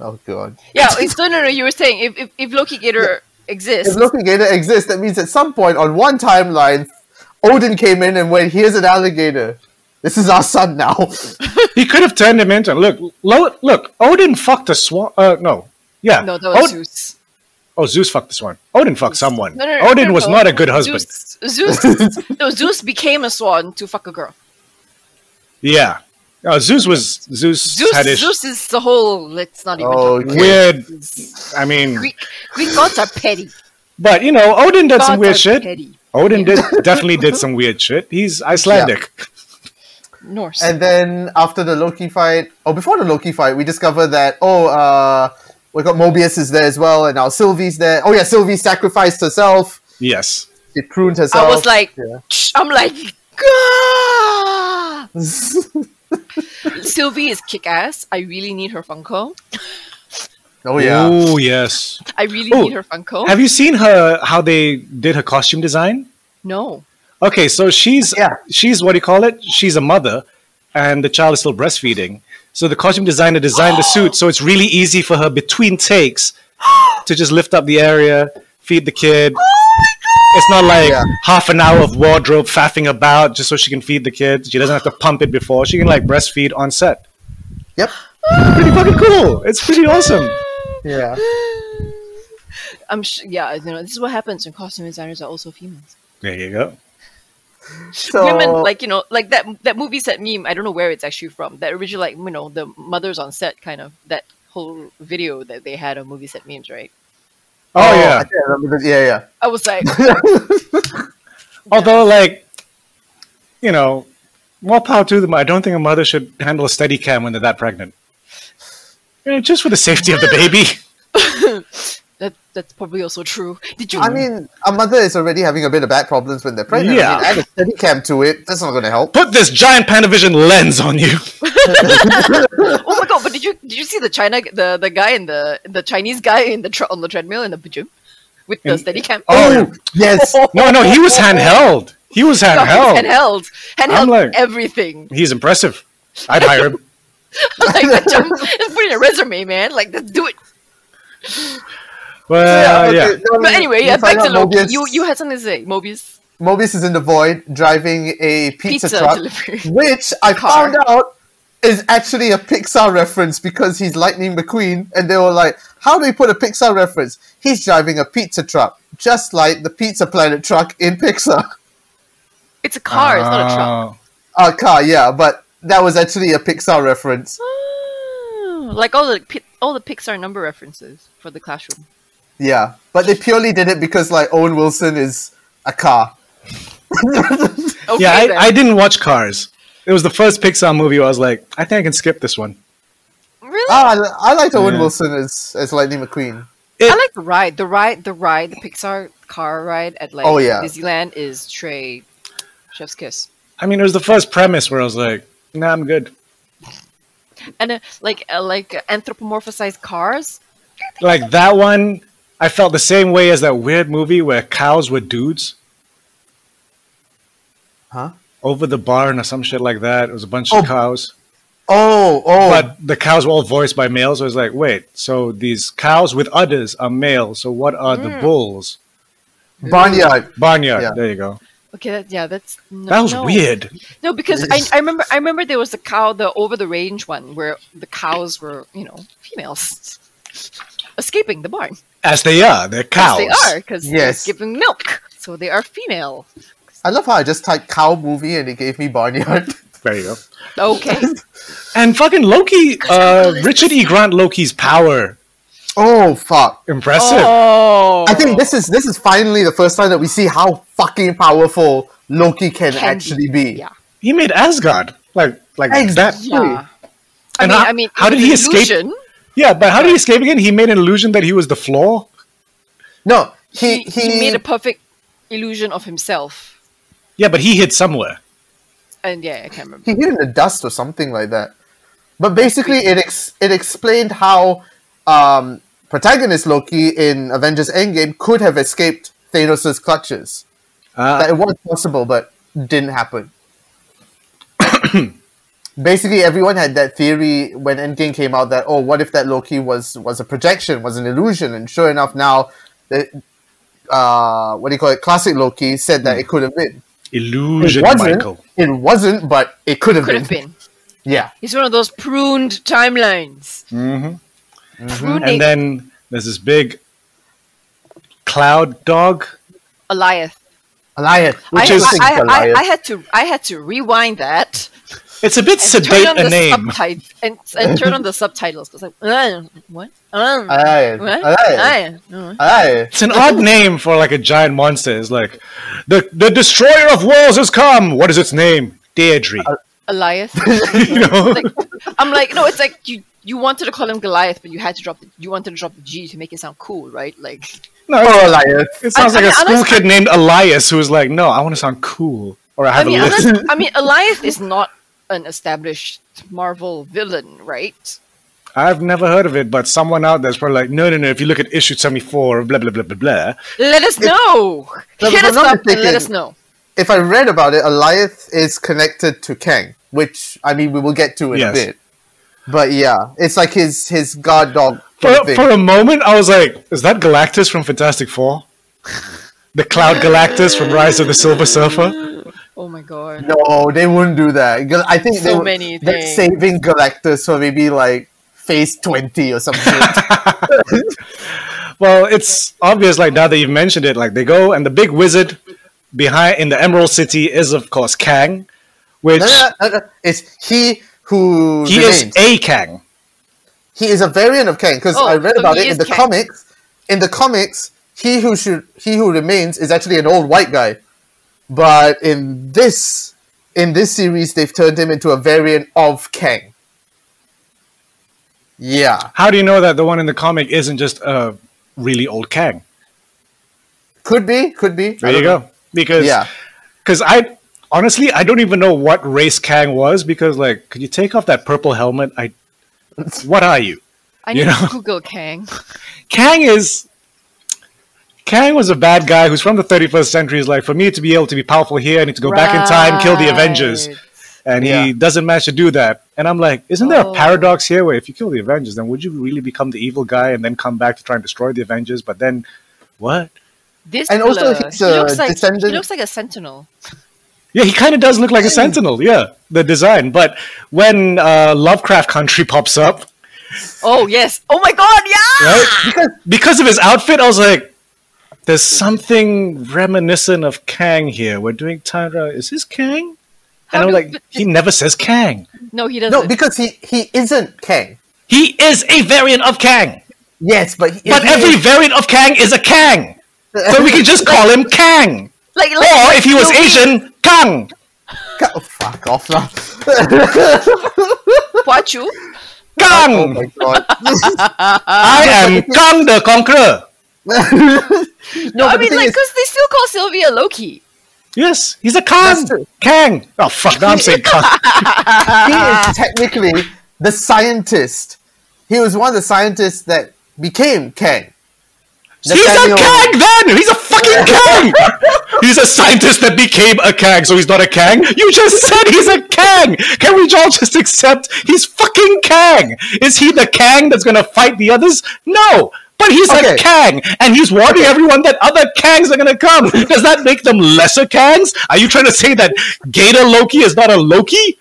S2: Oh god.
S1: Yeah, it's, no, no, no. You were saying if if, if Loki Gator exists,
S2: If Loki Gator exists, that means at some point on one timeline, Odin came in and went, "Here's an alligator. This is our son now."
S3: He could have turned him into look. Lo, look, Odin fucked a swan. Uh, no, yeah.
S1: no, that was
S3: Od-
S1: Zeus.
S3: Oh, Zeus fucked this one. Odin fucked someone.
S1: No, no, no,
S3: Odin
S1: no,
S3: was
S1: no.
S3: not a good husband.
S1: Zeus, Zeus, no, Zeus became a swan to fuck a girl.
S3: Yeah. Uh, Zeus was Zeus,
S1: Zeus,
S3: had his
S1: Zeus is the whole. Let's not even.
S2: Oh,
S1: talk about
S2: okay.
S3: weird.
S1: Zeus.
S3: I mean,
S1: Greek Greek gods are petty.
S3: but you know, Odin did some
S1: Gods
S3: weird
S1: are
S3: shit.
S1: petty.
S3: Odin did definitely did some weird shit. He's Icelandic.
S1: Norse.
S2: And then after the Loki fight, or before the Loki fight, we discover that oh, uh, we got Mobius is there as well, and now Sylvie's there. Oh yeah, Sylvie sacrificed herself.
S3: Yes.
S2: She pruned herself.
S1: I was like,
S2: Yeah.
S1: "Shh," I'm like, "Gah!" Sylvie is kick ass. I really need her Funko.
S2: oh yeah,
S3: Oh yes.
S1: I really
S3: Ooh,
S1: need her Funko.
S3: Have you seen her how they did her costume design?
S1: no.
S3: Okay, so she's
S2: Yeah.
S3: she's what do you call it? She's a mother, and the child is still breastfeeding. So the costume designer designed the suit so it's really easy for her between takes to just lift up the area, feed the kid. It's not like
S2: Oh Yeah.
S3: half an hour of wardrobe faffing about just so she can feed the kids. She doesn't have to pump it before. She can like breastfeed on set.
S2: Yep.
S3: Pretty fucking cool. It's pretty awesome.
S2: Yeah.
S1: I'm sh- yeah, you know, this is what happens when costume designers are also females.
S3: There you go.
S2: So
S1: Women, like you know, like that that movie set meme. I don't know where it's actually from. That original, like you know, the mothers on set kind of that whole video that they had of movie set memes, right?
S3: Oh,
S2: I
S3: yeah.
S2: think I remember this- yeah, yeah.
S1: I was like,
S3: Although like, you know, more power to them. I don't think a mother should handle a steady cam when they're that pregnant. You know, just for the safety of the baby.
S1: that that's probably also true. Did you?
S2: I mean, a mother is already having a bit of back problems when they're pregnant. I
S3: Yeah.
S2: mean, add a steady cam to it. That's not going to help.
S3: Put this giant Panavision lens on you.
S1: oh my god! But did you did you see the China the the guy in the the Chinese guy in the tre- on the treadmill in the gym with the
S3: In-
S1: steady cam?
S3: Oh,
S2: yes.
S3: No, no, he was handheld. He was handheld.
S1: Oh, handheld, handheld
S3: I'm like-
S1: everything.
S3: He's impressive. I'd hire him.
S1: like, that jump, just put in a resume, man. Like, let's do it.
S3: Well, yeah.
S2: okay, no,
S1: But anyway,
S2: we
S1: yeah,
S2: find
S1: back to
S2: out
S1: Loki.
S2: Mobius-
S1: You you had something to say, Mobius
S2: Mobius is in the void driving a pizza,
S1: pizza
S2: truck,
S1: delivery.
S2: which I
S1: Car.
S2: found out is actually a Pixar reference because he's Lightning McQueen, and they were like, "How do we put a Pixar reference? He's driving a pizza truck, just like the Pizza Planet truck in Pixar."
S1: It's a car. It's not a truck.
S3: Oh.
S2: A Uh, car, yeah, but that was actually a Pixar
S3: Ah.
S2: reference.
S1: Oh, Like all the pi- all the Pixar number references for the classroom.
S2: Yeah, but they purely did it because like Owen Wilson is a car.
S1: Okay,
S3: Yeah,
S1: then.
S3: I, I didn't watch Cars. It was the first Pixar movie where I was like, I think I can skip this one.
S1: really.
S2: Ah, I, I liked Owen
S3: Yeah.
S2: Wilson as as Lightning McQueen.
S1: I like the ride. The ride, the ride, the Pixar car ride at like
S2: Oh, yeah.
S1: Disneyland is Trey Chef's Kiss.
S3: I mean, it was the first premise where I was like, nah, I'm good.
S1: And uh, like uh, like uh, anthropomorphized cars.
S3: Like that one, I felt the same way as that weird movie where cows were dudes
S2: Huh?
S3: over the barn or some shit like that. It was a bunch of
S2: Oh.
S3: cows.
S2: Oh, oh,
S3: But the cows were all voiced by males. I was like, wait, so these cows with udders are males. So what are
S1: Hmm.
S3: the bulls?
S2: Barnyard.
S3: Barnyard.
S2: Yeah.
S3: There you go.
S1: Okay, that, yeah, that's no,
S3: That was
S1: no.
S3: weird.
S1: No, because I, I remember I remember there was the cow the over the range one where the cows were you know females escaping the barn.
S3: As they are, they're
S1: Yes,
S3: cows.
S1: they are because
S2: Yes.
S1: they're giving milk, so they are female.
S2: I love how I just typed cow movie and it gave me barnyard.
S3: There you go.
S1: Okay,
S3: And fucking Loki, uh, Richard E. Grant Loki's power,
S2: oh fuck!
S3: impressive.
S1: oh,
S2: I think this is this is finally the first time that we see how fucking powerful Loki
S1: Can
S2: can,
S1: be.
S2: actually be.
S1: Yeah,
S3: He made Asgard like like that.
S2: Exactly.
S1: yeah. I
S3: And
S1: mean,
S3: how-
S1: I mean,
S3: how
S1: it
S3: did
S1: was
S3: he
S1: an
S3: escape?
S1: illusion.
S3: Yeah, but how did he escape again? He made an illusion that he was the floor.
S2: No,
S1: he,
S2: he
S1: he
S2: he,
S1: made a perfect illusion of himself.
S3: Yeah, but he hid somewhere.
S1: And yeah, I can't remember.
S2: he hid in the dust or something like that. But basically, it ex- it explained how um, protagonist Loki in Avengers Endgame could have escaped Thanos' clutches.
S3: Uh,
S2: that it was possible, but didn't happen. Basically, everyone had that theory when Endgame came out that oh, what if that Loki was was a projection, was an illusion? And sure enough, now the uh, what do you call it? Classic Loki said
S1: Hmm.
S2: that it could have been. It
S3: illusion,
S2: wasn't.
S3: Michael.
S2: It wasn't, but it could have
S1: Could
S2: been.
S1: have been.
S2: Yeah.
S1: He's one of those pruned timelines. Pruning
S3: And then there's this big cloud dog.
S1: Eliath.
S2: Elias,
S1: I,
S3: Which is-
S1: I, I, I, I had to I had to rewind that
S3: It's a
S1: and
S3: bit
S1: turn
S3: sedate
S1: on
S3: a
S1: the
S3: name.
S1: subtitles and, and turn on the subtitles. It's like uh, what? Uh,
S2: Elias,
S1: what?
S2: Elias,
S1: Uh,
S2: Elias.
S3: It's an odd name for like a giant monster. It's like the the destroyer of worlds has come. What is its name? Deirdre.
S1: Eliath.
S3: you know.
S1: Uh, Like, I'm like no, it's like you you wanted to call him Goliath, but you had to drop the, you wanted to drop the G to make it sound cool, right? Like
S3: no,
S2: Oh, Elias.
S3: It sounds
S1: I- I
S3: like a
S1: mean,
S3: school
S1: unless-
S3: kid named Elias who was like, "No, I want to sound cool, or I
S1: I
S3: have
S1: mean,
S3: a list."
S1: unless, I mean, Elias is not an established Marvel villain, right?
S3: I've never heard of it, but someone out there's probably like, "No, no, no." If you look at issue seventy-four, blah blah blah blah blah.
S1: Let us know.
S2: No,
S1: Hit
S2: but
S1: us
S2: not
S1: up
S2: if they
S1: and let
S2: can-
S1: us know.
S2: If I read about it, Elias is connected to Kang, which I mean we will get to in
S3: Yes.
S2: a bit. But yeah, it's like his his guard dog
S3: For,
S2: thing.
S3: for a moment, I was like, is that Galactus from Fantastic Four? The Cloud Galactus from Rise of the Silver Surfer?
S1: Oh my god.
S2: No, they wouldn't do that. Gal- I think
S1: So
S2: they would,
S1: many
S2: they're
S1: things.
S2: saving Galactus for maybe like phase twenty or something.
S3: Well, it's obvious, like, now that you've mentioned it, like, they go and the big wizard behind in the Emerald City is, of course, Kang, which
S2: no, no, no, no, It's he who
S3: he
S2: remains.
S3: is a Kang.
S2: he is a variant of Kang because
S1: Oh,
S2: I read
S1: so
S2: about
S1: he
S2: it
S1: is
S2: in the
S1: Kang.
S2: comics. In the comics, he who should he who remains is actually an old white guy, but in this in this series they've turned him into a variant of Kang. Yeah,
S3: How do you know that the one in the comic isn't just a really old Kang?
S2: could be, could be.
S3: There you go. Because
S2: Yeah,
S3: Because I honestly, I don't even know what race Kang was. Because like, could you take off that purple helmet? I, what are you?
S1: I
S3: You
S1: need
S3: know?
S1: to Google Kang.
S3: Kang is. Kang was a bad guy who's from the 31st century. Is like, for me to be able to be powerful here, I need to go back in time, kill the Avengers,
S1: Right.
S3: and
S2: Yeah.
S3: he doesn't manage to do that. And I'm like, isn't there
S1: Oh.
S3: a paradox here where if you kill the Avengers, then would you really become the evil guy and then come back to try and destroy the Avengers? But then, what?
S1: This
S2: And
S1: blur,
S2: also he's
S1: he
S2: a
S1: looks like
S2: descendant-
S1: he looks like a sentinel.
S3: Yeah, he kind of does look like a sentinel. Yeah, the design. But when uh, Lovecraft Country pops up,
S1: Oh yes. Oh my god, yeah.
S2: Ah!
S3: right? Because, because of his outfit, I was like, there's something reminiscent of Kang here. We're doing time. travel. Is this Kang?
S1: How
S3: And I'm
S1: do-
S3: like, he never says Kang.
S1: No, he doesn't.
S2: no, because he he isn't Kang.
S3: He is a variant of Kang.
S2: Yes, but he,
S3: But
S2: he
S3: every
S2: is-
S3: variant of Kang is a Kang. So we can just call him Kang.
S1: like, like
S3: Or if he was
S1: no, wait,
S3: Asian, Kang.
S2: Oh, fuck off now.
S1: Hua Chu?
S2: oh
S3: Kang.
S2: my god.
S3: I am Kang the Conqueror.
S1: No, I
S2: but the
S1: mean
S2: thing
S1: like
S2: is-
S1: because they still call Sylvia Loki.
S3: Yes, he's a
S2: That's
S3: Kang.
S2: true.
S3: Kang. Oh, fuck. Now I'm saying Kang.
S2: he is technically the scientist. He was one of the scientists that became Kang.
S3: He's
S2: Nathaniel-
S3: a Kang then! He's a fucking Kang! he's a scientist that became a Kang, so he's not a Kang? You just said he's a Kang! Can we all just accept he's fucking Kang? Is he the Kang that's gonna fight the others? No! But he's
S2: Okay.
S3: a Kang, and he's warning everyone that other Kangs are gonna come! Does that make them lesser Kangs? Are you trying to say that Gator Loki is not a Loki?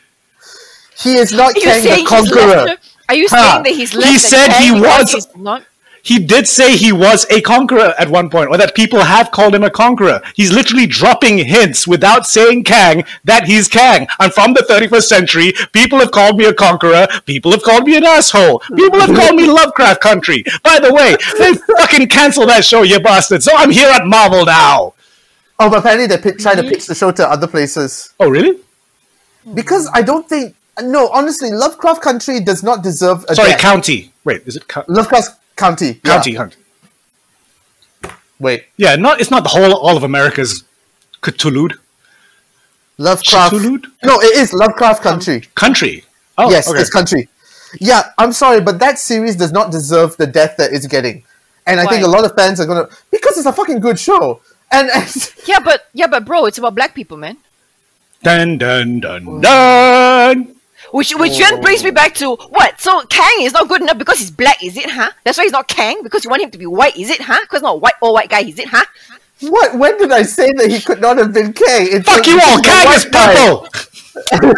S2: He is not
S1: Are you
S2: Kang the
S1: saying he's
S2: Conqueror.
S1: lesser- Are you
S3: Huh.
S1: saying that he's
S3: He
S1: less than
S3: said
S1: Kang
S3: he
S1: because
S3: was-
S1: he's not
S3: He did say he was a conqueror at one point, or that people have called him a conqueror. He's literally dropping hints without saying Kang that he's Kang. I'm from the 31st century. People have called me a conqueror. People have called me an asshole. People have called me Lovecraft Country. By the way, they fucking canceled that show, you bastard. So I'm here at Marvel now.
S2: Oh, but apparently they're pi-
S3: Mm-hmm.
S2: trying to pitch the show to other places.
S3: Oh, really?
S2: Because I don't think. No, honestly, Lovecraft Country does not deserve a
S3: Sorry,
S2: death.
S3: county. Wait, is it co-
S2: Lovecraft County. yeah.
S3: county? County.
S2: Wait.
S3: Yeah, not. It's not the whole all of America's Cthulhu
S2: Lovecraft.
S3: Chitulud?
S2: No, it is Lovecraft Country.
S3: country. Oh,
S2: yes,
S3: okay.
S2: it's country. Yeah, I'm sorry, but that series does not deserve the death that it's getting. And I think a
S1: Why?
S2: lot of fans are gonna because it's a fucking good show. And, and
S1: Yeah, but yeah, but bro, it's about black people, man.
S3: Dun dun dun dun.
S1: Which which then brings me back to what? So Kang is not good enough because he's black, is it, huh? That's why he's not Kang because you want him to be white, is it, huh? Because not a white old white guy, is it, huh?
S2: what? When did I say that he could not have been Kang? It's
S3: Fuck
S2: like-
S3: you all,
S2: it's a
S3: Kang
S2: white
S3: is
S2: guy.
S3: purple!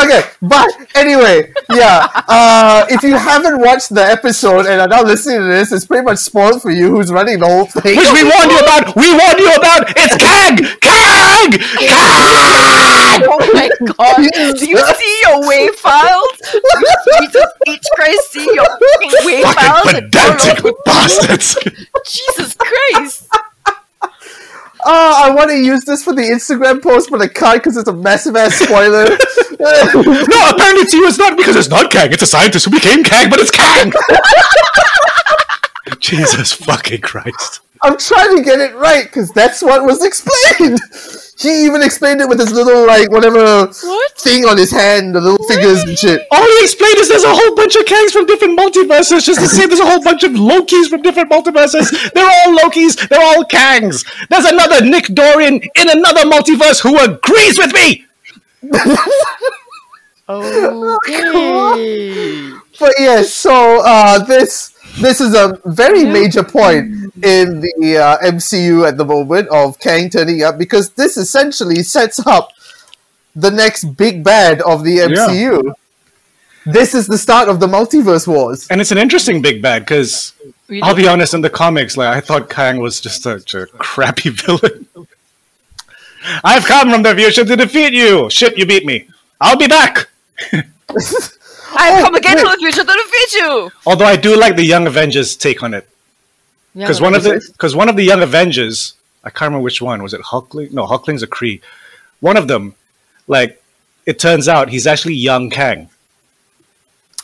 S2: Okay, but anyway, yeah. Uh, if you haven't watched the episode and are now listening to this, it's pretty much spoiled for you who's running the whole thing.
S3: Which we warned you about! We warned you about! It's Kang! Kang! Kang!
S1: Oh my god! Do you see your wave files? Jesus H Christ, see your fucking wave files
S3: Fucking
S1: and download.
S3: pedantic bastards!
S1: Jesus Christ!
S2: Oh, I want to use this for the Instagram post, but I can't because it's a massive ass spoiler.
S3: No, apparently to you it's not because it's not Kang, it's a scientist who became Kang, but it's Kang! Jesus fucking Christ.
S2: I'm trying to get it right because that's what was explained. He even explained it with his little like whatever
S1: What?
S2: thing on his hand, the little figures and shit.
S3: All he explained is there's a whole bunch of Kangs from different multiverses, just the same there's a whole bunch of Lokis from different multiverses. They're all Lokis, they're all Kangs. There's another Nick Dorian in another multiverse who agrees with me!
S4: Okay.
S2: But yes, so uh, this this is a very major point in the uh, MCU at the moment of Kang turning up because this essentially sets up the next big bad of the MCU. This is the start of the multiverse wars.
S3: And it's an interesting big bad because
S1: Really?
S3: I'll be honest, in the comics, like I thought Kang was just such a crappy villain. I've come from the future to defeat you. Shit, you beat me. I'll be back. Oh,
S1: I've come again
S2: wait.
S1: from the future to defeat you.
S3: Although I do like the Young Avengers take on it because one of the because one of the Young Avengers, I can't remember which one was it. Hulkling? No, Hulkling's a Kree. One of them, like it turns out, he's actually young Kang.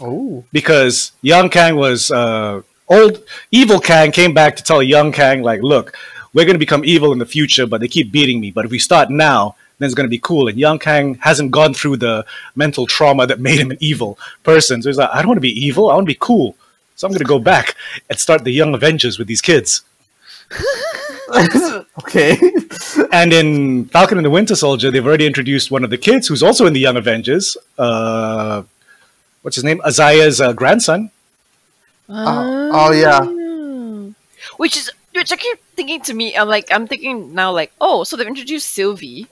S2: Oh,
S3: because young Kang was uh, old evil Kang came back to tell young Kang like, look, we're going to become evil in the future, but they keep beating me. But if we start now, then it's going to be cool. And young Kang hasn't gone through the mental trauma that made him an evil person. So he's like, I don't want to be evil. I want to be cool. So I'm going to go back and start the Young Avengers with these kids.
S2: okay.
S3: And in Falcon and the Winter Soldier, they've already introduced one of the kids who's also in the Young Avengers. Uh, what's his name? Isaiah's uh, grandson.
S2: Uh, oh yeah.
S1: Ah. Which is which I keep thinking to me, I'm like I'm thinking now like, oh, so they've introduced Sylvie.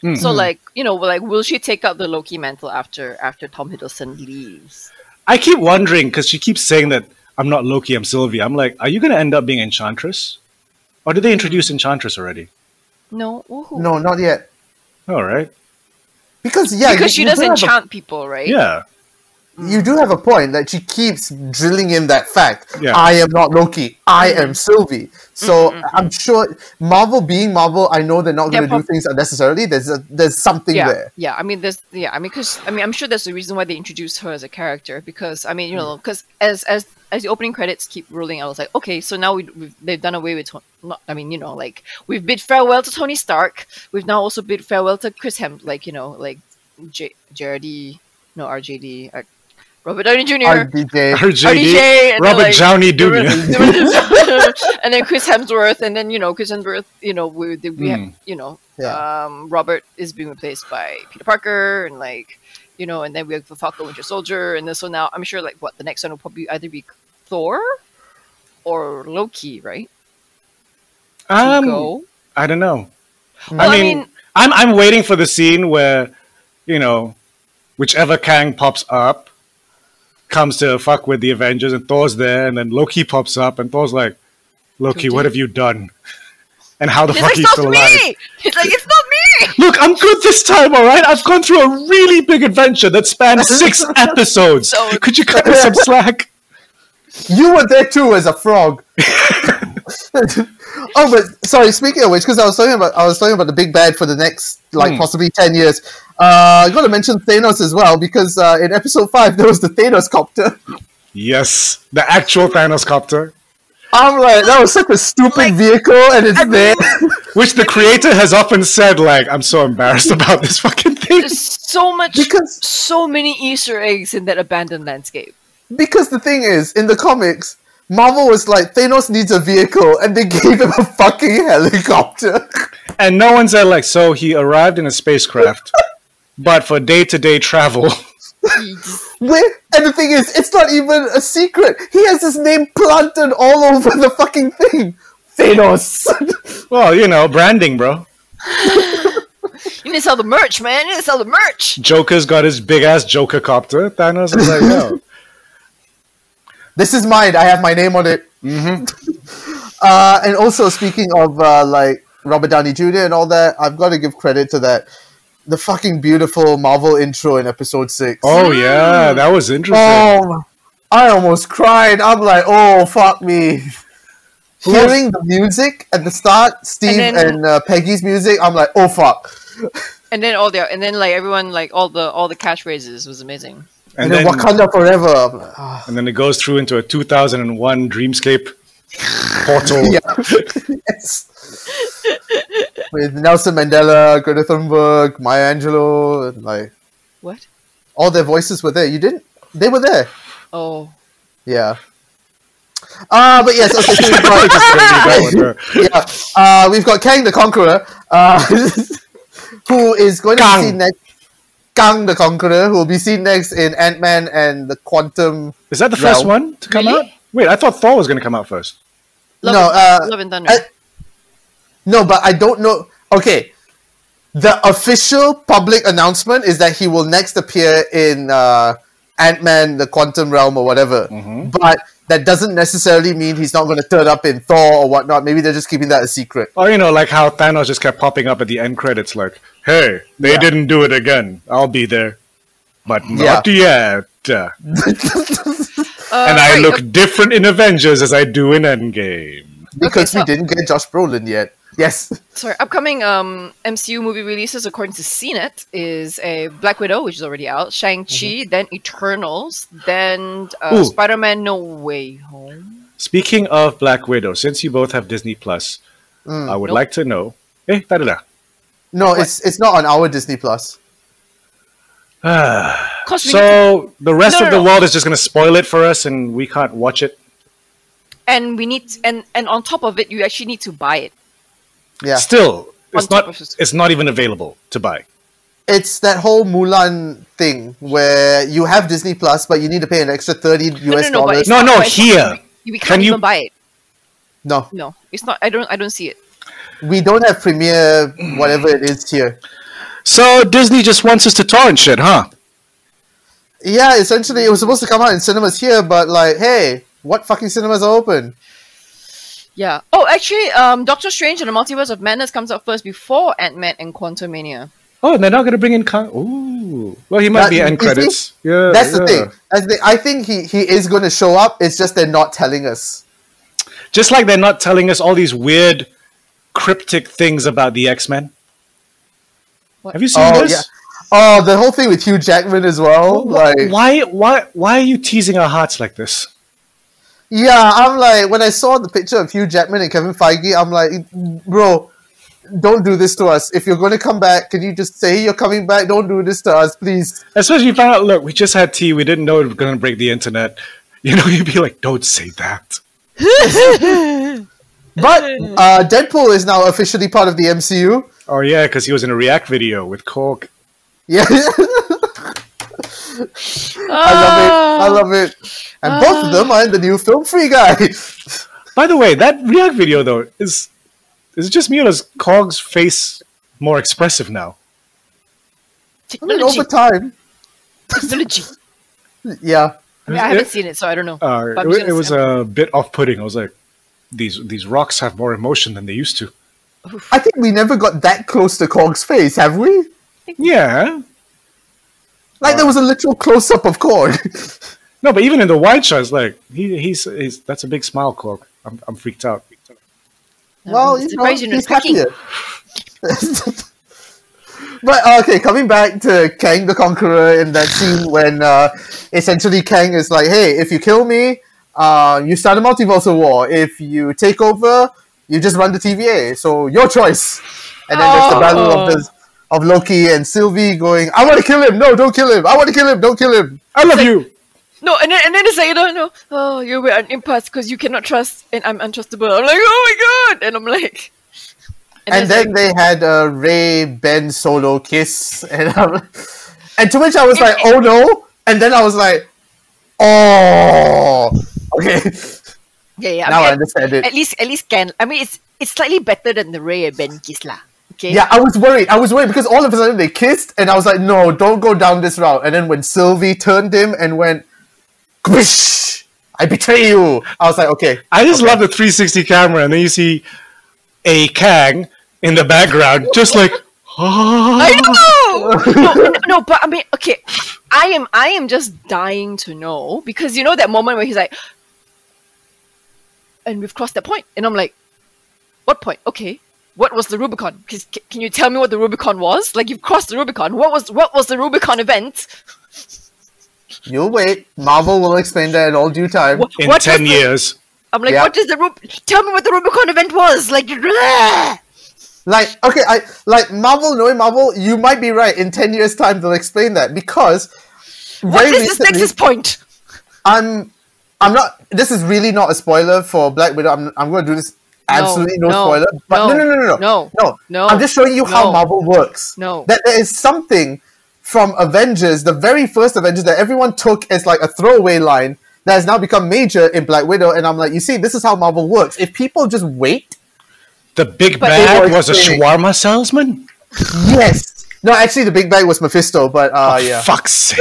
S3: Hmm.
S2: Mm-hmm.
S1: So like, you know, like will she take up the Loki mantle after after Tom Hiddleston leaves?
S3: I keep wondering because she keeps saying that I'm not Loki, I'm Sylvie. I'm like, are you going to end up being Enchantress? Or did they introduce Enchantress already?
S1: No, Well, who?
S2: No, not yet.
S3: All right.
S2: Because yeah,
S1: because she
S2: do
S1: doesn't
S2: have a-
S1: chant people, right?
S3: Yeah.
S2: Mm. you do have a point that she keeps drilling in that fact.
S3: Yeah.
S2: I am not Loki. I
S1: Mm-hmm.
S2: am Sylvie. So I'm sure Marvel being Marvel, I know they're not
S1: They're
S2: going to do
S1: prob-
S2: things unnecessarily. There's a, there's something
S1: yeah,
S2: there.
S1: yeah. I mean, there's yeah. I mean, because I mean, I'm sure there's a reason why they introduced her as a character because I mean, you know, because as as as the opening credits keep rolling, I was like, okay, so now we we've, they've done away with. Ton- Not, I mean, you know, like we've bid farewell to Tony Stark. We've now also bid farewell to Chris Hem, like you know, like J- JRD, no RJD, uh, Robert Downey Jr.
S2: RDJ.
S1: RDJ
S3: RJD,
S1: and
S3: Robert
S1: like-
S3: Downey
S1: They were-
S3: Jr.
S1: they were- and then Chris Hemsworth, and then you know Chris Hemsworth, you know we we we
S3: Mm.
S1: have, you know
S2: Yeah.
S1: um, Robert is being replaced by Peter Parker, and like you know, and then we have the Falcon Winter Soldier, and then so now I'm sure like what the next one will probably either be Thor or Loki, right? To
S3: Um,
S1: go.
S3: I don't know.
S1: Well,
S3: I mean,
S1: mean-
S3: I'm, I'm waiting for the scene where, you know, whichever Kang pops up comes to fuck with the Avengers and Thor's there and then Loki pops up and Thor's like, Loki,
S1: Loki.
S3: what have you done? And how the
S1: He's
S3: fuck
S1: like,
S3: are you still
S1: stop me!
S3: alive?
S1: He's like, it's not me!
S3: Look, I'm good this time, all right? I've gone through a really big adventure that spanned six episodes.
S1: So-
S3: Could you cut me some slack?
S2: You were there too as a frog. oh, but sorry. Speaking of which, because I was talking about I was talking about the big bad for the next like possibly ten years. Uh, I got to mention Thanos as well because uh, in episode five there was the Thanos copter.
S3: Yes, the actual Thanos copter,
S2: I'm like, that was such a stupid vehicle, and it's there.
S3: which the creator has often said, like, I'm so embarrassed about this fucking thing.
S1: There's so much,
S2: Because-
S1: so many Easter eggs in that abandoned landscape.
S2: Because the thing is, in the comics, Marvel was like, Thanos needs a vehicle, and they gave him a fucking helicopter.
S3: And no one said, like, so he arrived in a spacecraft, but for day to day travel.
S2: Where? And the thing is, it's not even a secret. He has his name planted all over the fucking thing. Thanos.
S3: Well, you know, branding, bro.
S1: You need to sell the merch, man. You need to sell the merch.
S3: Joker's got his big ass Joker copter. Thanos is like, yo.
S2: this is mine. I have my name on it. uh, and also, speaking of uh, like Robert Downey Jr. and all that, I've got to give credit to that. The fucking beautiful Marvel intro in episode six.
S3: Oh, yeah, that was interesting.
S2: Oh, I almost cried. I'm like, oh, fuck me. Hearing the music at the start, Steve and,
S1: then-
S2: uh, Peggy's music, I'm like, oh, fuck.
S1: And then all the, and then like everyone, like all the, all the catchphrases was amazing.
S2: And, then, Wakanda Forever. I'm like, ah.
S3: and then it goes through into a 2001 dreamscape portal.
S2: yes. With Nelson Mandela, Greta Thunberg, Maya Angelou, and like,
S1: What?
S2: all their voices were there. You didn't? They were there.
S1: Oh,
S2: Yeah. Uh, but yes, okay, so we've got- yeah. Uh, we've got Kang the Conqueror, uh, who is going to
S3: Kang.
S2: be seen next. Kang the Conqueror, who will be seen next in Ant Man and the Quantum.
S3: Is that the
S2: Realm.
S3: first one to come
S1: Really?
S3: out? Wait, I thought Thor was going to come out first.
S1: Love,
S2: No,
S1: and-
S2: uh,
S1: Love and Thunder.
S2: I- no, but I don't know. Okay, the official public announcement is that he will next appear in uh, Ant Man, the Quantum Realm, or whatever. But that doesn't necessarily mean he's not going to turn up in Thor or whatnot. Maybe they're just keeping that a secret.
S3: Or, Oh, you know, like how Thanos just kept popping up at the end credits, like, hey, they didn't do it again. I'll be there. But not yet. Uh,
S1: Uh,
S3: and I
S1: right,
S3: look different in Avengers as I do in Endgame.
S2: Because
S1: so-
S2: we didn't get Josh Brolin yet. Yes.
S1: sorry, upcoming um, MCU movie releases according to CNET is a Black Widow, which is already out, Shang Chi, then Eternals, then uh,
S3: Mm-hmm. Ooh.
S1: Spider Man No Way Home.
S3: Speaking of Black Widow, since you both have Disney Plus, I would
S1: Nope.
S3: like to know. Eh, da-da-da.
S2: No, it's it's not on our Disney Plus.
S1: Cause we need to-
S3: So the rest
S1: No,
S3: of
S1: no,
S3: the
S1: no.
S3: world is just going to spoil it for us, and we can't watch it.
S1: and we need and and on top of it, you actually need to buy it.
S2: Yeah.
S3: Still, it's
S1: On top
S3: not.
S1: of it.
S3: It's not even available to buy.
S2: It's that whole Mulan thing where you have Disney Plus, but you need to pay an extra thirty US
S1: no, no, no, but
S2: dollars.
S1: it's
S2: No,
S3: No,
S1: not-
S3: no,
S1: but it's not-
S3: here.
S1: We, we
S3: Can
S1: can't
S3: you-
S1: even buy it. No, it's not. I don't. I don't see it.
S2: we don't have Premiere, whatever it is here.
S3: So Disney just wants us to torrent shit, huh?
S2: Yeah, essentially, it was supposed to come out in cinemas here, but like, hey, what fucking cinemas are open?
S1: Yeah. Oh, actually, um, Doctor Strange and the Multiverse of Madness comes out first before Ant Man and Quantumania.
S3: Oh, and they're not going to bring in Kang. Ooh. Well, he
S2: That-
S3: might be end
S2: you see?
S3: credits. Yeah,
S2: That's
S3: yeah.
S2: the thing. That's the, I think he he is going to show up. It's just they're not telling us.
S3: Just like they're not telling us all these weird, cryptic things about the X Men.
S1: What?
S3: Have you seen
S2: Oh
S3: this?
S2: yeah. Oh, the whole thing with Hugh Jackman as
S3: Oh
S2: well. Like,
S3: Why, why, why are you teasing our hearts like this?
S2: Yeah, I'm like when I saw the picture of Hugh Jackman and Kevin Feige, I'm like, bro, don't do this to us. If you're going to come back, can you just say you're coming back? Don't do this to us, please.
S3: Especially if you found out, look, we just had tea. We didn't know it was going to break the internet. You know, you'd be like, don't say that.
S2: But uh, Deadpool is now officially part of the MCU.
S3: Oh, yeah, because he was in a React video with Cork.
S2: Yeah, I
S1: Ah.
S2: love it. I love it. And both of them are in the new film Free Guy.
S3: By the way, that React video, though, is is it just me or is Cog's face more expressive now?
S2: I mean,
S1: Ah, Technology.
S2: over time,
S1: Technology.
S2: yeah.
S1: I, mean, I haven't seen it, so I don't know.
S3: Uh,
S1: But I'm
S3: it,
S1: just
S3: wa- it
S1: gonna
S3: was
S1: say-
S3: a bit off putting. I was like, these these rocks have more emotion than they used to.
S2: I think we never got that close to Korg's face, have we?
S3: Yeah.
S2: Like there was a literal close up of Korg.
S3: No, but even in the wide shots, like, he, he's, he's that's a big smile, Cog. I'm, I'm freaked out.
S2: Well,
S1: I'm
S2: you know,
S1: surprised you're not
S2: he's
S1: cracking.
S2: happier. but uh, okay, coming back to Kang the Conqueror in that scene when uh, essentially Kang is like, "Hey, if you kill me, uh, you start a multiversal war. If you take over, you just run the TVA. So your choice." And then there's the battle of this, of Loki and Sylvie going, "I want to kill him. No, don't kill him. I want to kill him. Don't kill him."
S3: I love you.
S1: No, and then, and then it's like, you don't know, oh, you were an impasse because you cannot trust, and I'm untrustable. I'm like, oh my god! And I'm like.
S2: And
S1: it's
S2: then
S1: like,
S2: they had a Ray Ben Solo kiss, and i and to which I was
S1: And-
S2: like, "Oh no!" And then I was like, "Oh, okay."
S1: yeah, yeah, I
S2: now
S1: mean,
S2: I
S1: at-
S2: understand
S1: At
S2: it.
S1: least, at least can. I mean, it's it's slightly better than the Ray and Ben Kisla. Okay.
S2: Yeah, I was worried. I was worried because all of a sudden they kissed, and I was like, "No, don't go down this route." And then when Sylvie turned him and went, "Kbish, I betray you," I was like, "Okay."
S3: I just love the 360 camera, and then you see a Kang in the background, just like,
S1: I know. no, no, no, but I mean, okay, I am, I am just dying to know because you know that moment where he's like, and we've crossed that point, and I'm like, what point? Okay, what was the Rubicon? Can, can you tell me what the Rubicon was? Like you've crossed the Rubicon. What was what was the Rubicon event?
S2: You wait. Marvel will explain that in all due time.
S1: What,
S3: in
S1: what
S3: 10
S1: was the-
S3: years.
S1: I'm like,
S2: Yeah.
S1: what is the Rub? Tell me what the Rubicon event was. Like,
S2: Like, okay, I like Marvel, knowing Marvel, you might be right. In 10 years' time, they'll explain that because
S1: what
S2: very
S1: is this
S2: recently,
S1: Nexus point?
S2: I'm, I'm not, this is really not a spoiler for Black Widow. I'm, I'm going to do this absolutely no,
S1: no,
S2: spoiler. But no,
S1: no,
S2: no, no, no, no,
S1: no, no,
S2: I'm just showing you how
S1: no,
S2: Marvel works.
S1: no.
S2: That there is something from Avengers, the very first Avengers that everyone took as like a throwaway line that has now become major in Black Widow. And I'm like, you see, this is how Marvel works. If people just wait,
S3: The big
S1: But-
S3: bag was a
S2: Interesting.
S3: shawarma salesman?
S2: yes. No, actually, the big bag was Mephisto, but uh,
S1: Oh,
S3: Oh,
S2: yeah.
S3: Fuck's sake.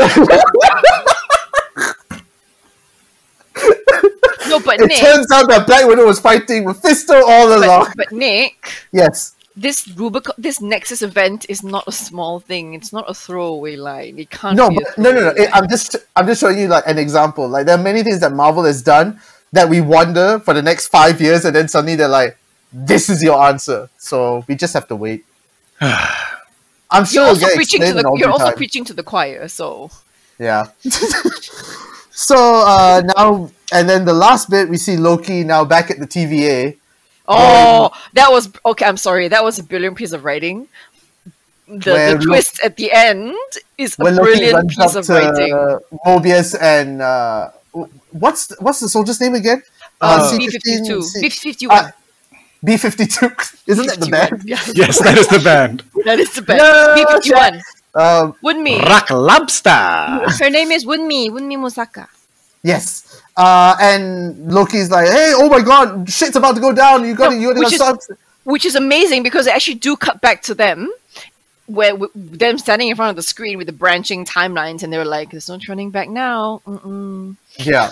S1: No, but
S2: It
S1: Nick,
S2: turns out that Black Widow was fighting Mephisto all along.
S1: but, but Nick,
S2: yes.
S1: this Rubicon, this Nexus event is not a small thing. It's not a throwaway line. It can't.
S2: No,
S1: be a
S2: but, no, no, no.
S1: throwaway
S2: It, I'm just, I'm just showing you like an example. Like there are many things that Marvel has done that we wonder for the next five years, and then suddenly they're like, "This is your answer." So we just have to wait. I'm
S1: You're
S2: sure it'll
S1: also
S2: get
S1: preaching to
S2: explained
S1: the
S2: in all
S1: you're
S2: due
S1: also
S2: time.
S1: preaching to the choir. So
S2: Yeah. so uh, now, and then the last bit, we see Loki now back at the TVA.
S1: oh, that was okay. I'm sorry. That was a brilliant piece of writing.
S2: Where
S1: The, the
S2: Lo-
S1: twist at the end is a
S2: When Loki
S1: brilliant
S2: runs
S1: piece
S2: up
S1: of
S2: to
S1: writing.
S2: uh, Mobius and uh, w- what's what's the soldier's name again?
S1: Uh,
S2: C15,
S1: B52,
S2: C-
S1: B51.
S2: Ah, B fifty two. Isn't that the band?
S1: Yeah,
S3: yes, that is the band.
S1: that is the best.
S2: Yeah,
S1: B51.
S2: Um,
S1: Wunmi.
S3: Rock Lobster.
S1: Her name is Wunmi. Wunmi Musaka.
S2: yes. Uh, and Loki's like, hey, oh my god, shit's about to go down. You got to,
S1: No,
S2: you got
S1: which
S2: to
S1: is-
S2: stop.
S1: which is amazing because they actually do cut back to them where w- them standing in front of the screen with the branching timelines and they were like there's no turning back now Mm-mm.
S2: Yeah.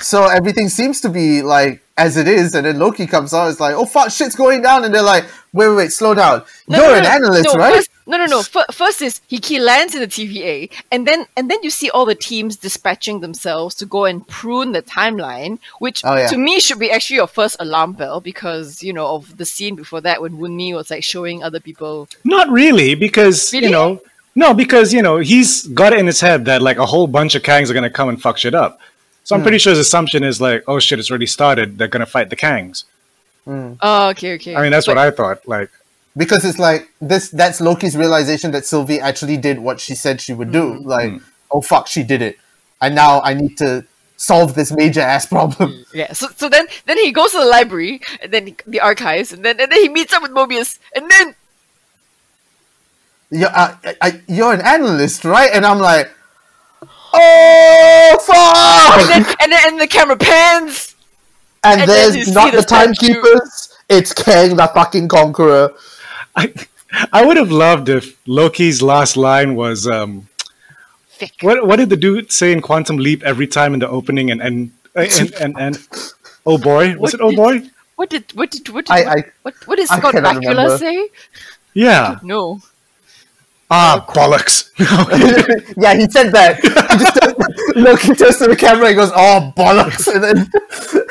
S2: So everything seems to be like as it is, and then Loki comes out. It's like, oh fuck, shit's going down, and they're like, wait, wait, wait, slow down.
S1: No,
S2: You're
S1: no,
S2: an
S1: no,
S2: analyst,
S1: no,
S2: right?
S1: first, no no no Fir- first is he, he lands in the tva and then and then you see all the teams dispatching themselves to go and prune the timeline which
S2: Oh, yeah.
S1: to me should be actually your first alarm bell because you know of the scene before that when Woonmi was like showing other people
S3: Not really, because
S1: Really?
S3: you know, no, because you know, he's got it in his head that like a whole bunch of Kangs are gonna come and fuck shit up. So I'm
S1: Hmm.
S3: pretty sure his assumption is like, oh shit, it's already started. They're gonna fight the Kangs.
S2: Mm.
S1: oh okay okay
S3: I mean, that's
S1: But-
S3: what I thought. Like,
S2: Because it's like this. That's Loki's realization that Sylvie actually did what she said she would do.
S1: Mm.
S2: Like, oh fuck, she did it, and now I need to solve this major ass problem.
S1: Yeah. So, so then then he goes to the library and then the archives and then and then he meets up with Mobius and then
S2: you're, uh, I, I, you're an analyst, right? And I'm like, oh,
S1: and
S2: fuck!
S1: then and then and the camera pans.
S2: And,
S1: and then you
S2: there's
S1: see
S2: not
S1: the
S2: the timekeepers, it's Kang the fucking conqueror.
S3: I, I would have loved if Loki's last line was, um,
S1: Thick.
S3: what what did the dude say in Quantum Leap every time in the opening and and and and, and oh boy, was
S1: What
S3: it oh
S1: did-
S3: boy?
S1: What did what did what did
S2: I-
S1: what,
S2: I-
S1: what, what did
S2: I
S1: Scott
S2: cannot
S1: Bakula
S2: remember.
S1: say?
S3: Yeah.
S1: No.
S3: Ah, bollocks.
S2: yeah, he said that. He just turns- look, he turns to the camera and goes, oh, bollocks. And, then,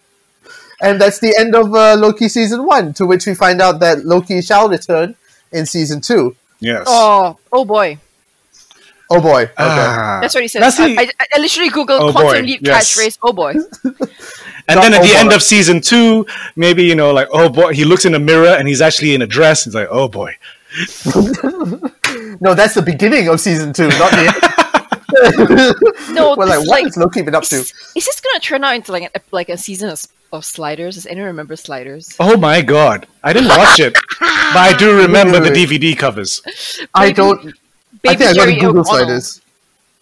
S2: and that's the end of uh, Loki season one, to which we find out that Loki shall return in season two.
S3: yes.
S1: Oh oh boy.
S2: Oh boy. Okay.
S3: Ah.
S1: That's what he said.
S3: That's
S1: I,
S3: the-
S1: I, I literally googled
S3: Oh,
S1: quantum
S3: boy.
S1: leap
S3: Yes.
S1: catchphrase. Oh boy.
S3: And then
S2: Not
S3: at the
S2: over.
S3: end of season two, maybe you know, like oh boy, he looks in the mirror and he's actually in a dress. He's like, oh boy,
S2: No, that's the beginning of season two, not the end.
S1: No,
S2: We're
S1: this
S2: like,
S1: is
S2: what
S1: like-
S2: has Loki been up to?
S1: Is, is this gonna turn out into like an, ep- like a season of, of Sliders? Does anyone remember Sliders?
S3: oh my god, I didn't watch it, but I do remember
S2: Wait, wait,
S3: the DVD covers.
S2: I
S1: Maybe-
S2: don't. I think I got to Google sliders.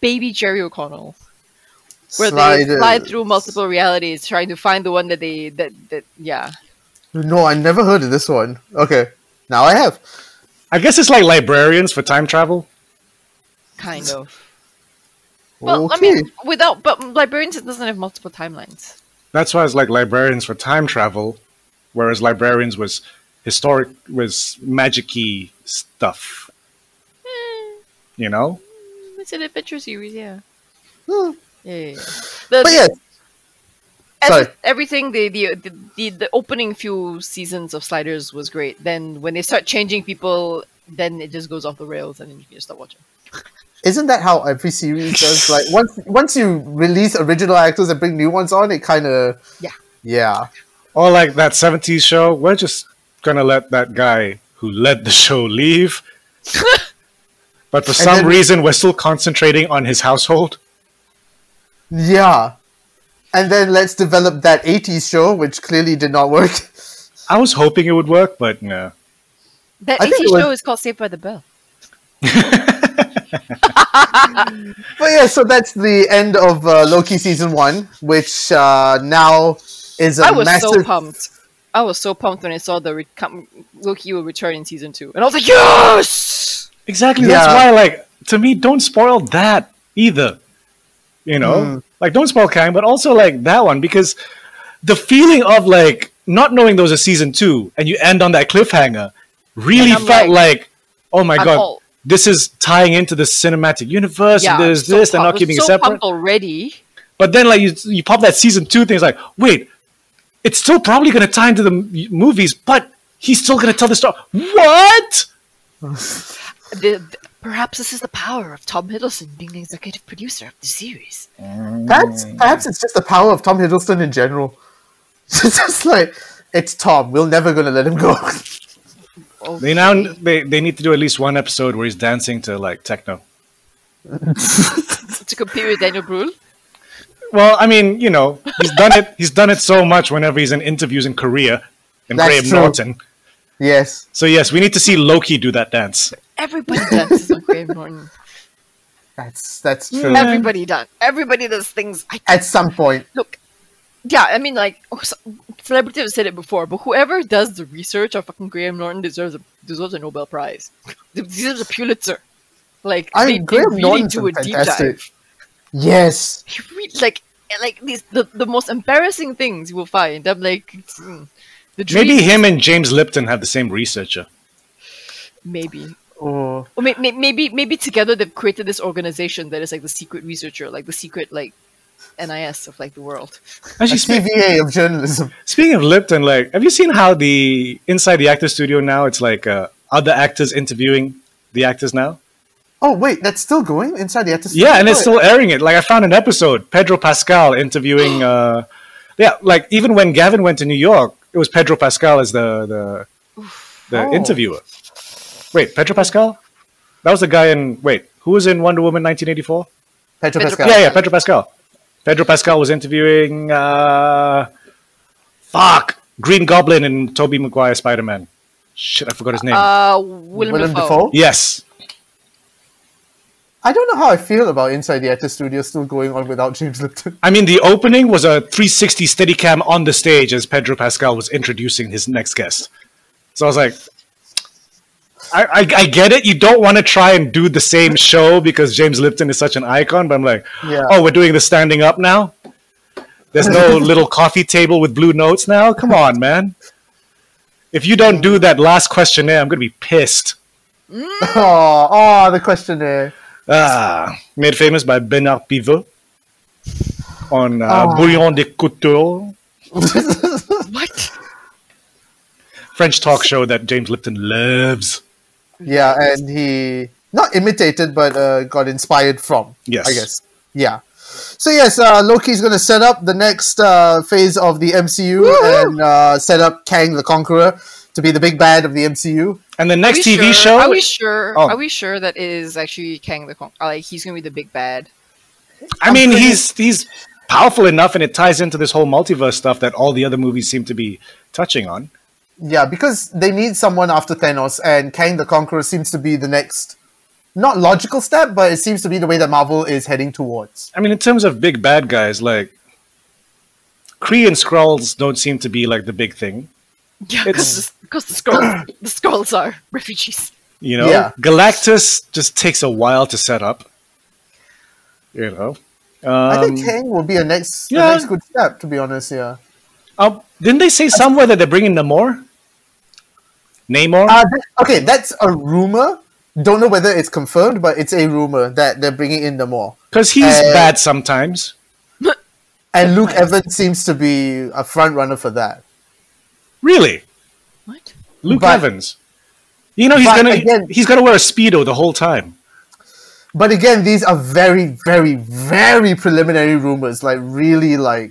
S1: Baby Jerry O'Connell. where they
S2: Sliders.
S1: fly through multiple realities trying to find the one that they that that yeah
S2: No, I never heard of this one. Okay, now I have.
S3: I guess it's like librarians for time travel.
S1: kind of well
S2: Well, okay.
S1: i mean without but librarians doesn't have multiple timelines
S3: That's why it's like librarians for time travel, whereas librarians was historic was magic-y stuff. You know,
S1: Eh, it's an adventure series yeah
S2: Hmm.
S1: yeah, yeah, yeah. The-
S2: But yes,
S1: as
S2: sorry.
S1: with everything the the, the the the opening few seasons of sliders was great then when they start changing people then it just goes off the rails and then you can just stop watching
S2: isn't that how every series does? Like once once you release original actors and bring new ones on, it kind of
S1: Yeah.
S2: yeah
S3: or like that '70s show. We're just gonna let that guy who led the show leave. But for some
S2: then-
S3: reason, we're still concentrating on his household.
S2: yeah. And then let's develop that '80s show, which clearly did not work.
S3: I was hoping it would work, but no.
S1: that
S2: I think
S1: 80
S2: it was-
S1: show is called saved by the bell
S2: But yeah, so that's the end of uh, Loki season one, which uh, now is a
S1: I was
S2: massive.
S1: so pumped. I was so pumped when I saw the re- come, Loki will return in season two, and I was like, yes.
S3: Exactly.
S2: Yeah.
S3: That's why, like, to me, don't spoil that either. You know, like, don't spoil Kang, but also like that one because the feeling of like not knowing there was a season two and you end on that cliffhanger really
S1: And I'm
S3: felt
S1: like,
S3: like, oh my
S1: I'm
S3: god,
S1: all-
S3: this is tying into the cinematic universe.
S1: Yeah,
S3: and
S1: I'm
S3: there's
S1: so
S3: this. They're
S1: pumped. I
S3: not
S1: was
S3: keeping
S1: so
S3: it separate.
S1: pumped already.
S3: But then, like, you you pop that season two thing. It's like, wait, it's still probably going to tie into the m- movies, but he's still going to tell the story. What?
S1: The, the- perhaps this is the power of Tom Hiddleston being the executive producer of the series.
S2: Perhaps, perhaps it's just the power of Tom Hiddleston in general. It's just like it's Tom. We're never gonna let him go.
S1: Oh,
S3: They now they, they need to do at least one episode where he's dancing to like techno.
S1: to compete with Daniel Brühl.
S3: Well, I mean, you know, he's done it. He's done it so much whenever he's in interviews in Korea and
S2: That's
S3: Graham
S2: true.
S3: Norton.
S2: yes.
S3: So yes, we need to see Loki do that dance.
S1: Everybody dances on Graham Norton.
S2: That's that's true.
S3: Yeah.
S1: Everybody does. Everybody does things. I
S2: At some point,
S1: look. Yeah, I mean, like, oh, so- celebrity have said it before, but whoever does the research of fucking Graham Norton deserves a deserves a Nobel Prize. Deserves a Pulitzer. Like,
S2: I
S1: they,
S2: mean,
S1: they
S2: Graham
S1: really
S2: Norton's
S1: do a
S2: fantastic.
S1: deep dive.
S2: yes.
S1: you read like like these the, the most embarrassing things you will find. I'm like mm, the dream,
S3: Maybe him and James Lipton have the same researcher.
S1: maybe
S2: Oh.
S1: or may, may, maybe maybe together they've created this organization that is like the secret researcher, like the secret like NIS of like the world.
S3: Actually, spe-
S2: TVA of journalism.
S3: Speaking of Lipton, like, have you seen how the inside the actor studio now it's like uh, other actors interviewing the actors now?
S2: Oh wait, that's still going inside the episode.
S3: Yeah, and it's still airing it. Like, I found an episode Pedro Pascal interviewing. Uh, yeah, like even when Gavin went to New York, it was Pedro Pascal as the the, the
S2: Oh.
S3: interviewer. Wait, Pedro Pascal? That was the guy in. Wait, who was in Wonder Woman
S2: Pedro
S3: 1984?
S1: Pedro
S2: Pascal.
S3: Yeah, yeah, Pedro Pascal. Pedro Pascal was interviewing. Uh, fuck, Green Goblin and Toby Maguire Spider Man. Shit, I forgot his name.
S1: Uh, Willem,
S2: Willem
S1: Dafoe.
S2: Dafoe?
S3: yes,
S2: I don't know how I feel about Inside the Actors Studio still going on without James Lipton.
S3: I mean the opening was a 360 Steadicam on the stage as Pedro Pascal was introducing his next guest. So I was like, I, I, I get it. You don't want to try and do the same show because James Lipton is such an icon. But I'm like,
S2: Yeah.
S3: oh, we're doing the standing up now. There's no little coffee table with blue notes now. Come on, man. If you don't do that last questionnaire, I'm gonna be pissed.
S2: Oh, oh, the questionnaire.
S3: Ah, made famous by Bernard Pivot on uh,
S2: Oh.
S3: Bouillon des Couture.
S1: What?
S3: French talk show that James Lipton loves.
S2: Yeah, and he not imitated, but uh, got inspired from.
S3: Yes.
S2: I guess. Yeah. So yes, uh, Loki's going to set up the next uh, phase of the MCU and uh, set up Kang the Conqueror to be the big bad of the MCU.
S3: And the
S1: Are
S3: next
S1: we
S3: TV
S1: sure-
S3: show,
S1: Are we sure?
S3: Oh.
S1: Are we sure that is actually Kang the Con? Like he's gonna be the big bad.
S3: I mean, he's he's powerful enough, and it ties into this whole multiverse stuff that all the other movies seem to be touching on.
S2: Yeah, because they need someone after Thanos, and Kang the Conqueror seems to be the next, not logical step, but it seems to be the way that Marvel is heading towards.
S3: I mean, in terms of big bad guys, like Kree and Skrulls don't seem to be like the big thing.
S1: Yeah,
S3: It's-
S1: because the, scrolls the scrolls are refugees.
S3: You know,
S2: Yeah.
S3: Galactus just takes a while to set up. You know, um,
S2: I think Kang will be a next, the
S3: yeah.
S2: next good step, to be honest. Yeah.
S3: uh, didn't they say somewhere that they're bringing Namor? Namor.
S2: Uh, th- okay, that's a rumor. Don't know whether it's confirmed, but it's a rumor that they're bringing in Namor.
S3: Because he's
S2: Uh,
S3: bad sometimes.
S2: And Luke Evans seems to be a front runner for that.
S3: Really,
S1: What?
S3: Luke
S2: But-
S3: Evans. You know he's
S2: but
S3: gonna
S2: again-
S3: he's gonna wear a speedo the whole time.
S2: But again, these are very, very, very preliminary rumors. Like really, like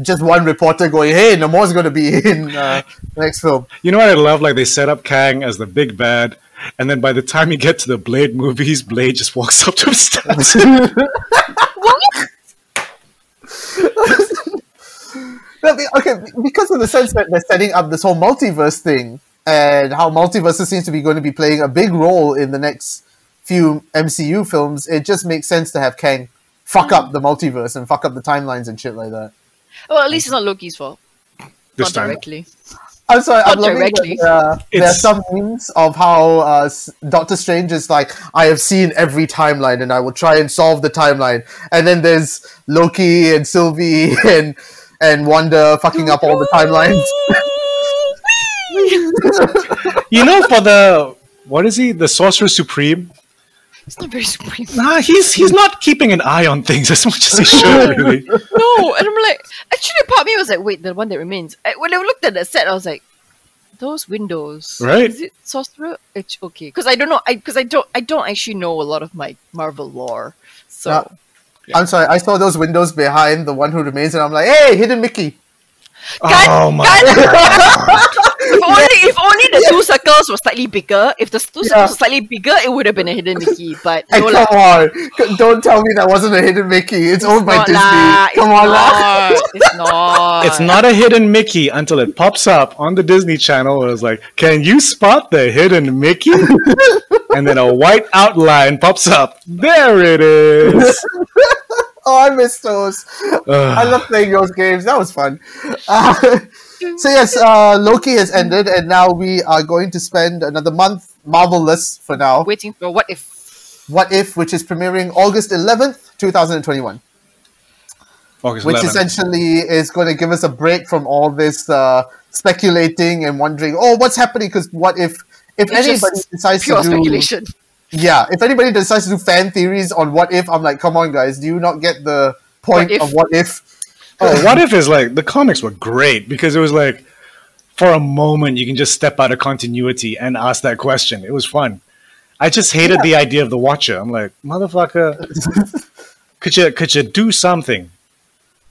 S2: just one reporter going, "Hey, Namor's going to be in uh, the next film."
S3: You know what I love? Like they set up Kang as the big bad, and then by the time you get to the Blade movies, Blade just walks up to him, stabs him.
S2: But be- Okay, be- because of the sense that they're setting up this whole multiverse thing and how multiverses seems to be going to be playing a big role in the next few MCU films, it just makes sense to have Kang fuck up the multiverse and fuck up the timelines and shit like that.
S1: Well, at least it's not Loki's fault.
S3: This
S1: Not
S3: time.
S1: directly.
S2: I'm sorry,
S1: Not
S2: I'm loving
S1: directly.
S2: that, uh, there are
S3: It's-
S2: some memes of how uh, s- Doctor Strange is like, I have seen every timeline and I will try and solve the timeline. And then there's Loki and Sylvie and and Wanda fucking up all the timelines.
S3: You know, for the what is he? The Sorcerer Supreme.
S1: It's not very supreme.
S3: Nah, he's he's not keeping an eye on things as much as he should. Really,
S1: no, and I'm like, actually, part of me was like, wait, the one that remains. I, when I looked at that set, I was like, those windows,
S3: Right.
S1: Is it sorcerer? It's okay, because I don't know, I because I don't, I don't actually know a lot of my Marvel lore. So
S2: Yeah. I'm sorry, I saw those windows behind the one who remains and I'm like, hey, hidden Mickey.
S3: oh my!
S1: God.
S3: God.
S1: if only, if only the two circles were slightly bigger. If the s- two
S2: Yeah.
S1: circles were slightly bigger, it would have been a hidden Mickey. But
S2: Hey,
S1: no
S2: come
S1: lah.
S2: on. Don't tell me that wasn't a hidden Mickey. It's owned by
S1: Not
S2: Disney.
S1: lah,
S2: Come
S1: it's
S2: on, lah.
S1: not, It's not.
S2: Uh,
S3: It's not a hidden Mickey until it pops up on the Disney Channel. And it's like, can you spot the hidden Mickey? and then a white outline pops up. There it is.
S2: Oh, I miss those. I love playing those games. That was fun. Uh, so yes, uh, Loki has ended, and now we are going to spend another month marvelless for now.
S1: waiting for what if.
S2: What if, which is premiering August eleventh, two thousand and twenty-one,
S3: August
S2: which
S3: 11.
S2: essentially is going to give us a break from all this uh, speculating and wondering, oh, what's happening? Because what if? If
S1: It's just
S2: anybody decides to
S1: Pure
S2: do,
S1: speculation.
S2: yeah, if anybody decides to do fan theories on what if, I'm like, come on, guys, do you not get the point
S1: if?
S2: of what if?
S3: Oh, what if is like the comics were great because it was like for a moment you can just step out of continuity and ask that question. It was fun. I just hated the idea of the Watcher. I'm like, motherfucker, could you could you do something?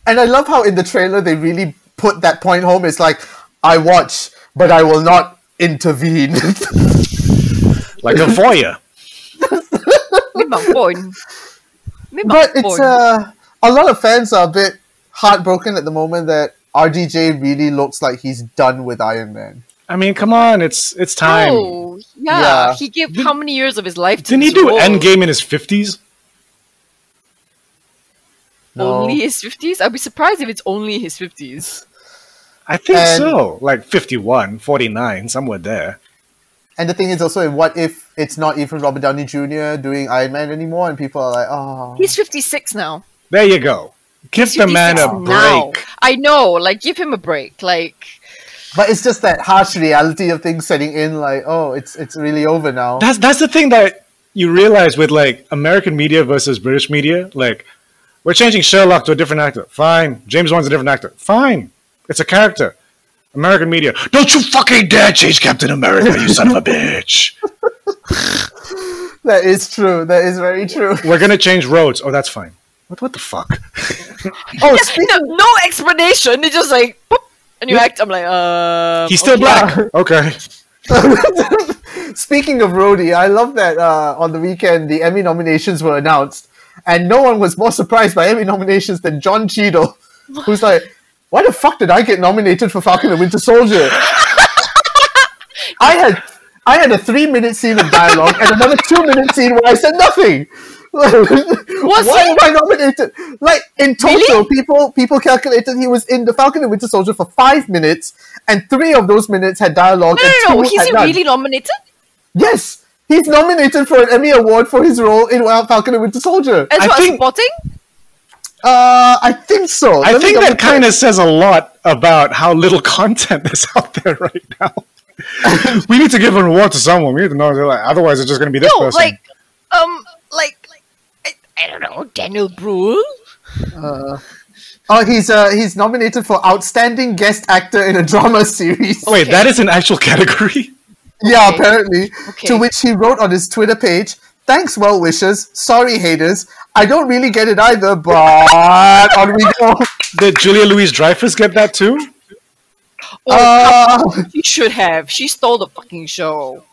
S2: And I love how in the trailer they really put that point home. It's like, I watch, but I will not intervene.
S3: Like a voyeur.
S1: Memang pun. Memang
S2: but
S1: pun.
S2: it's uh, a lot of fans are a bit heartbroken at the moment that RDJ really looks like he's done with Iron Man.
S3: I mean, come on, it's it's time.
S1: No, Oh, yeah.
S2: Yeah.
S1: He gave how many years of his life to
S3: Didn't he
S1: this
S3: do
S1: role?
S3: Endgame in his fifties?
S2: No.
S1: Only his 50s? I'd be surprised if it's only his 50s.
S3: I think
S2: And-
S3: so. Like 51, 49, somewhere there.
S2: And the thing is also, what if it's not even Robert Downey Jr. doing Iron Man anymore, and people are like, oh.
S1: He's 56 now.
S3: There you go. Give
S1: He's
S3: the man a
S1: 56 now.
S3: break.
S1: I know. Like, give him a break. Like,
S2: But it's just that harsh reality of things setting in, like, oh, it's it's really over now.
S3: That's that's the thing that you realize with like American media versus British media. Like, we're changing Sherlock to a different actor. Fine. James Bond's a different actor. Fine. It's a character. American media. Don't you fucking dare change Captain America, you son of a bitch.
S2: That is true. That is very true.
S3: We're gonna change roads. Oh, that's fine. What, what the fuck?
S2: Oh,
S1: yeah,
S2: speaking
S1: no, no explanation. It's just like, boop, and you act. I'm like, uh.
S3: He's still black. Okay.
S2: Speaking of Rhodey, I love that uh, on the weekend the Emmy nominations were announced, and no one was more surprised by Emmy nominations than John Cheadle, who's like, "Why the fuck did I get nominated for Falcon and Winter Soldier?" I had I had a three minute scene of dialogue and another two minute scene where I said nothing. Why
S1: he-
S2: am I nominated? Like in total,
S1: Really?
S2: people people calculated he was in the Falcon and Winter Soldier for five minutes, and three of those minutes had dialogue.
S1: No,
S2: and
S1: no, no.
S2: two
S1: He's
S2: had none.
S1: really nominated?
S2: Yes, he's nominated for an Emmy Award for his role in Wild Falcon and Winter Soldier.
S1: As
S3: I
S1: well as
S3: think-
S1: supporting?
S2: Uh, I think so.
S3: I
S2: Let me
S3: think
S2: double check.
S3: that kind of says a lot about how little content is out there right now. we need to give an award to someone. We need to know. they're Like, otherwise, it's just going to be this
S1: No,
S3: person.
S1: like, um, like, like I, I don't know, Daniel Brühl?
S2: Oh, he's uh, he's nominated for outstanding guest actor in a drama series.
S3: Oh, Wait,
S1: Oh, okay.
S3: that is an actual category.
S2: Yeah, apparently.
S1: Okay.
S2: To which he wrote on his Twitter page, "Thanks, well wishers. Sorry, haters. I don't really get it either, but on we go."
S3: Did Julia Louise Dreyfus get that too?
S1: Oh,
S2: Uh,
S1: She should have. She stole the fucking show.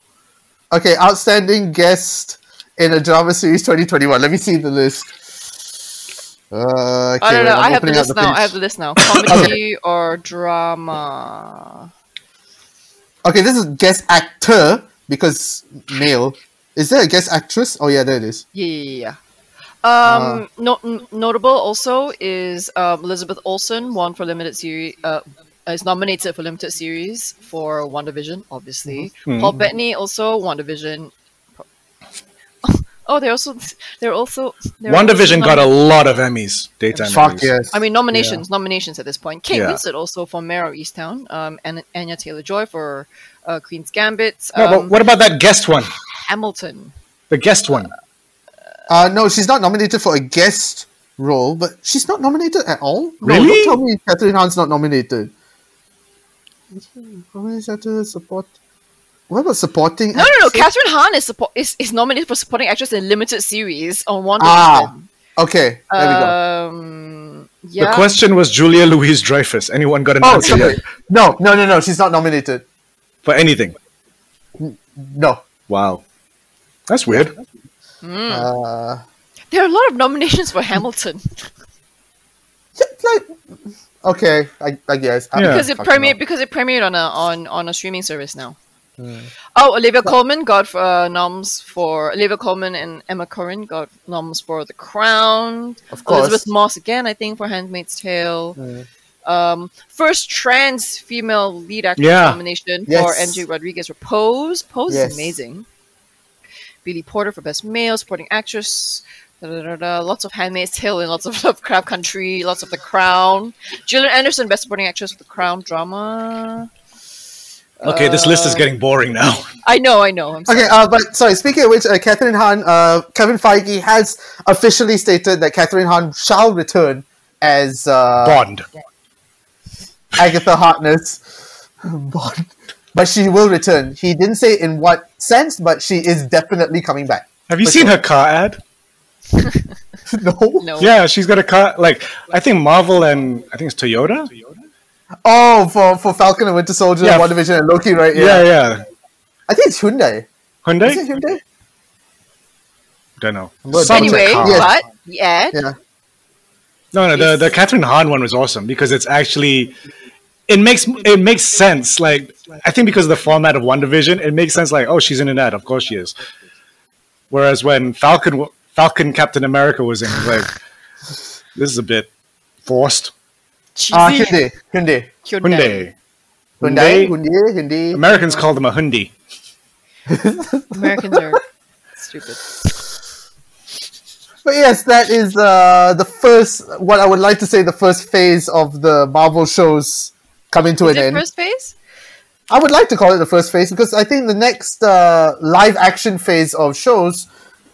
S2: okay, outstanding guest in a drama series 2021. Let me see the list. Uh, okay,
S1: I don't
S2: wait,
S1: know.
S2: I'm
S1: I have the
S2: opening up
S1: list now.
S2: page.
S1: I have the list now. Comedy or drama?
S2: Okay, this is guest actor because male. Is there a guest actress? Oh yeah, there it is.
S1: Yeah, yeah, yeah.
S3: Uh.
S1: Um, no, n- notable also is um, Elizabeth Olsen won for limited series. Uh, is nominated for limited series for WandaVision, obviously.
S3: Mm-hmm.
S1: Paul Bettany also WandaVision. Oh, they're also they're also. They're also
S3: WandaVision got a
S1: nominated-
S3: lot of Emmys, daytime
S2: Fuck
S3: Emmys.
S2: yes.
S1: I mean nominations, nominations at this point. Kate
S3: Yeah.
S1: Winslet also for Mayor of Easttown, um, and Anya Taylor Joy for uh, Queen's Gambit,
S3: No,
S1: um,
S3: but what about that guest one?
S1: Hamilton.
S3: The guest one.
S2: Uh, no, she's not nominated for a guest role, but she's not nominated at all. No,
S3: Really?
S2: don't tell me Catherine Hahn's not nominated. Comedy actor support. What about supporting?
S1: No, no, no.
S2: actress?
S1: Catherine Hahn is, support- is is nominated for supporting actress in a limited series on WandaVision.
S2: Ah, okay. There we
S1: Uh,
S2: go.
S1: Um, yeah.
S3: The question was Julia Louise Dreyfus. Anyone got an
S2: Oh,
S3: answer
S2: sorry.
S3: yet?
S2: No, no, no, no. She's not nominated.
S3: For anything.
S2: No.
S3: Wow. That's weird.
S1: Hmm.
S2: Uh,
S1: there are a lot of nominations for Hamilton
S2: yeah, like, okay. I, I guess. I-
S3: Yeah.
S1: because it
S2: fucking
S1: premiered
S2: know.
S1: because it premiered on a on, on a streaming service now. Oh, Olivia Colman got uh, noms for Olivia Colman and Emma Corrin got noms for The Crown.
S2: Of course.
S1: Elizabeth Moss again, I think, for Handmaid's Tale. Um, first trans female lead actress
S3: Yeah.
S1: nomination for
S2: Yes.
S1: MJ Rodriguez for Pose. Pose
S2: Yes.
S1: is amazing. Billy Porter for Best Male Supporting Actress. Da, da, da, da. Lots of Handmaid's Tale and lots of Lovecraft Country. Lots of The Crown. Gillian Anderson, Best Supporting Actress for The Crown drama.
S3: Okay, this list is
S1: Uh,
S3: getting boring now.
S1: I know, I know. I'm sorry.
S2: Okay, uh, but sorry. Speaking of which, uh, Catherine Hahn, uh, Kevin Feige has officially stated that Catherine Hahn shall return as uh,
S3: Bond.
S2: Agatha Harkness. Bond. But she will return. He didn't say in what sense, but she is definitely coming back.
S3: Have you seen her car ad?
S2: no.
S1: No.
S3: Yeah, she's got a car. Like, I think Marvel and I think it's Toyota.
S2: Oh, for, for Falcon and Winter Soldier,
S3: Yeah.
S2: WandaVision, and Loki, right?
S3: Yeah, yeah.
S2: I think it's Hyundai.
S3: Hyundai?
S2: Is it Hyundai?
S3: Don't know.
S2: But-
S3: Some
S1: Anyway,
S3: car.
S2: Yeah.
S1: but the ad.
S2: Yeah.
S3: No, no, the,
S1: Yes.
S3: the Catherine Hahn one was awesome because it's actually it makes it makes sense. Like I think because of the format of One Division, it makes sense. Like oh, she's in an ad, of course she is. Whereas when Falcon w- Falcon Captain America was in, like this is a bit forced.
S1: Cheesy.
S2: Ah, Hyundai. Hyundai.
S1: Hyundai.
S3: Hyundai
S2: Hyundai. Hyundai. Hyundai.
S3: Americans call them a Hyundai.
S1: Americans are stupid.
S2: But yes, that is uh, the first, what I would like to say, the first phase of the Marvel shows coming to
S1: Is
S2: an
S1: it
S2: end.
S1: first phase?
S2: I would like to call it the first phase because I think the next uh, live action phase of shows,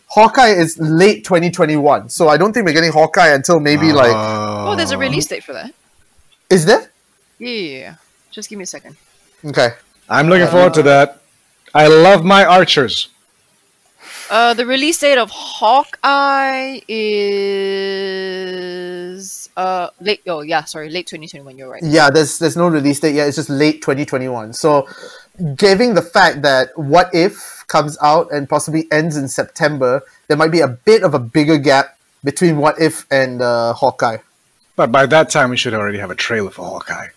S2: Hawkeye is late 2021. So I don't think we're getting Hawkeye until maybe
S3: Uh.
S2: like.
S1: Oh,
S3: Ah.
S1: there's a release date for that.
S2: Is there?
S1: Yeah, yeah, yeah. Just give me a second.
S2: Okay.
S3: I'm looking forward to that. I love my archers.
S1: Uh, the release date of Hawkeye is uh late. Oh yeah, sorry, late 2021. You're right.
S3: Mm.
S2: Yeah, there's there's no release date yet. It's just late 2021. So, given the fact that What If comes out and possibly ends in September, there might be a bit of a bigger gap between What If and uh, Hawkeye.
S3: But by that time, we should already have a trailer for Hawkeye.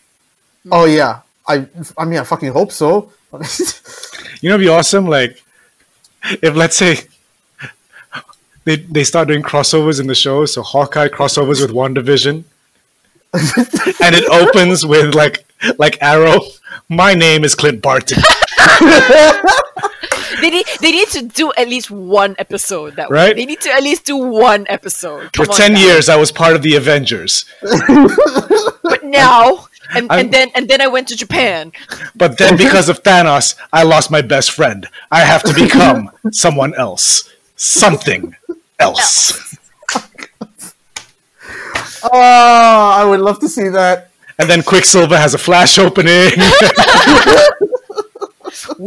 S2: Oh yeah, I I mean I fucking hope so. Oh,
S3: You know, it'd be awesome. Like, if let's say they they start doing crossovers in the show, so Hawkeye crossovers with WandaVision, and it opens with like like Arrow. My name is Clint Barton,
S1: They need they need to do at least one episode that way.
S3: Right?
S1: They need to at least do one episode.
S3: For
S1: Come on
S3: ten
S1: now.
S3: years, I was part of the Avengers,
S1: but now and,
S3: I'm-
S1: and then and then I went to Japan.
S3: but then because of Thanos, I lost my best friend. I have to become someone else, something else.
S2: oh, I would love to see that.
S3: And then Quicksilver has a flash opening.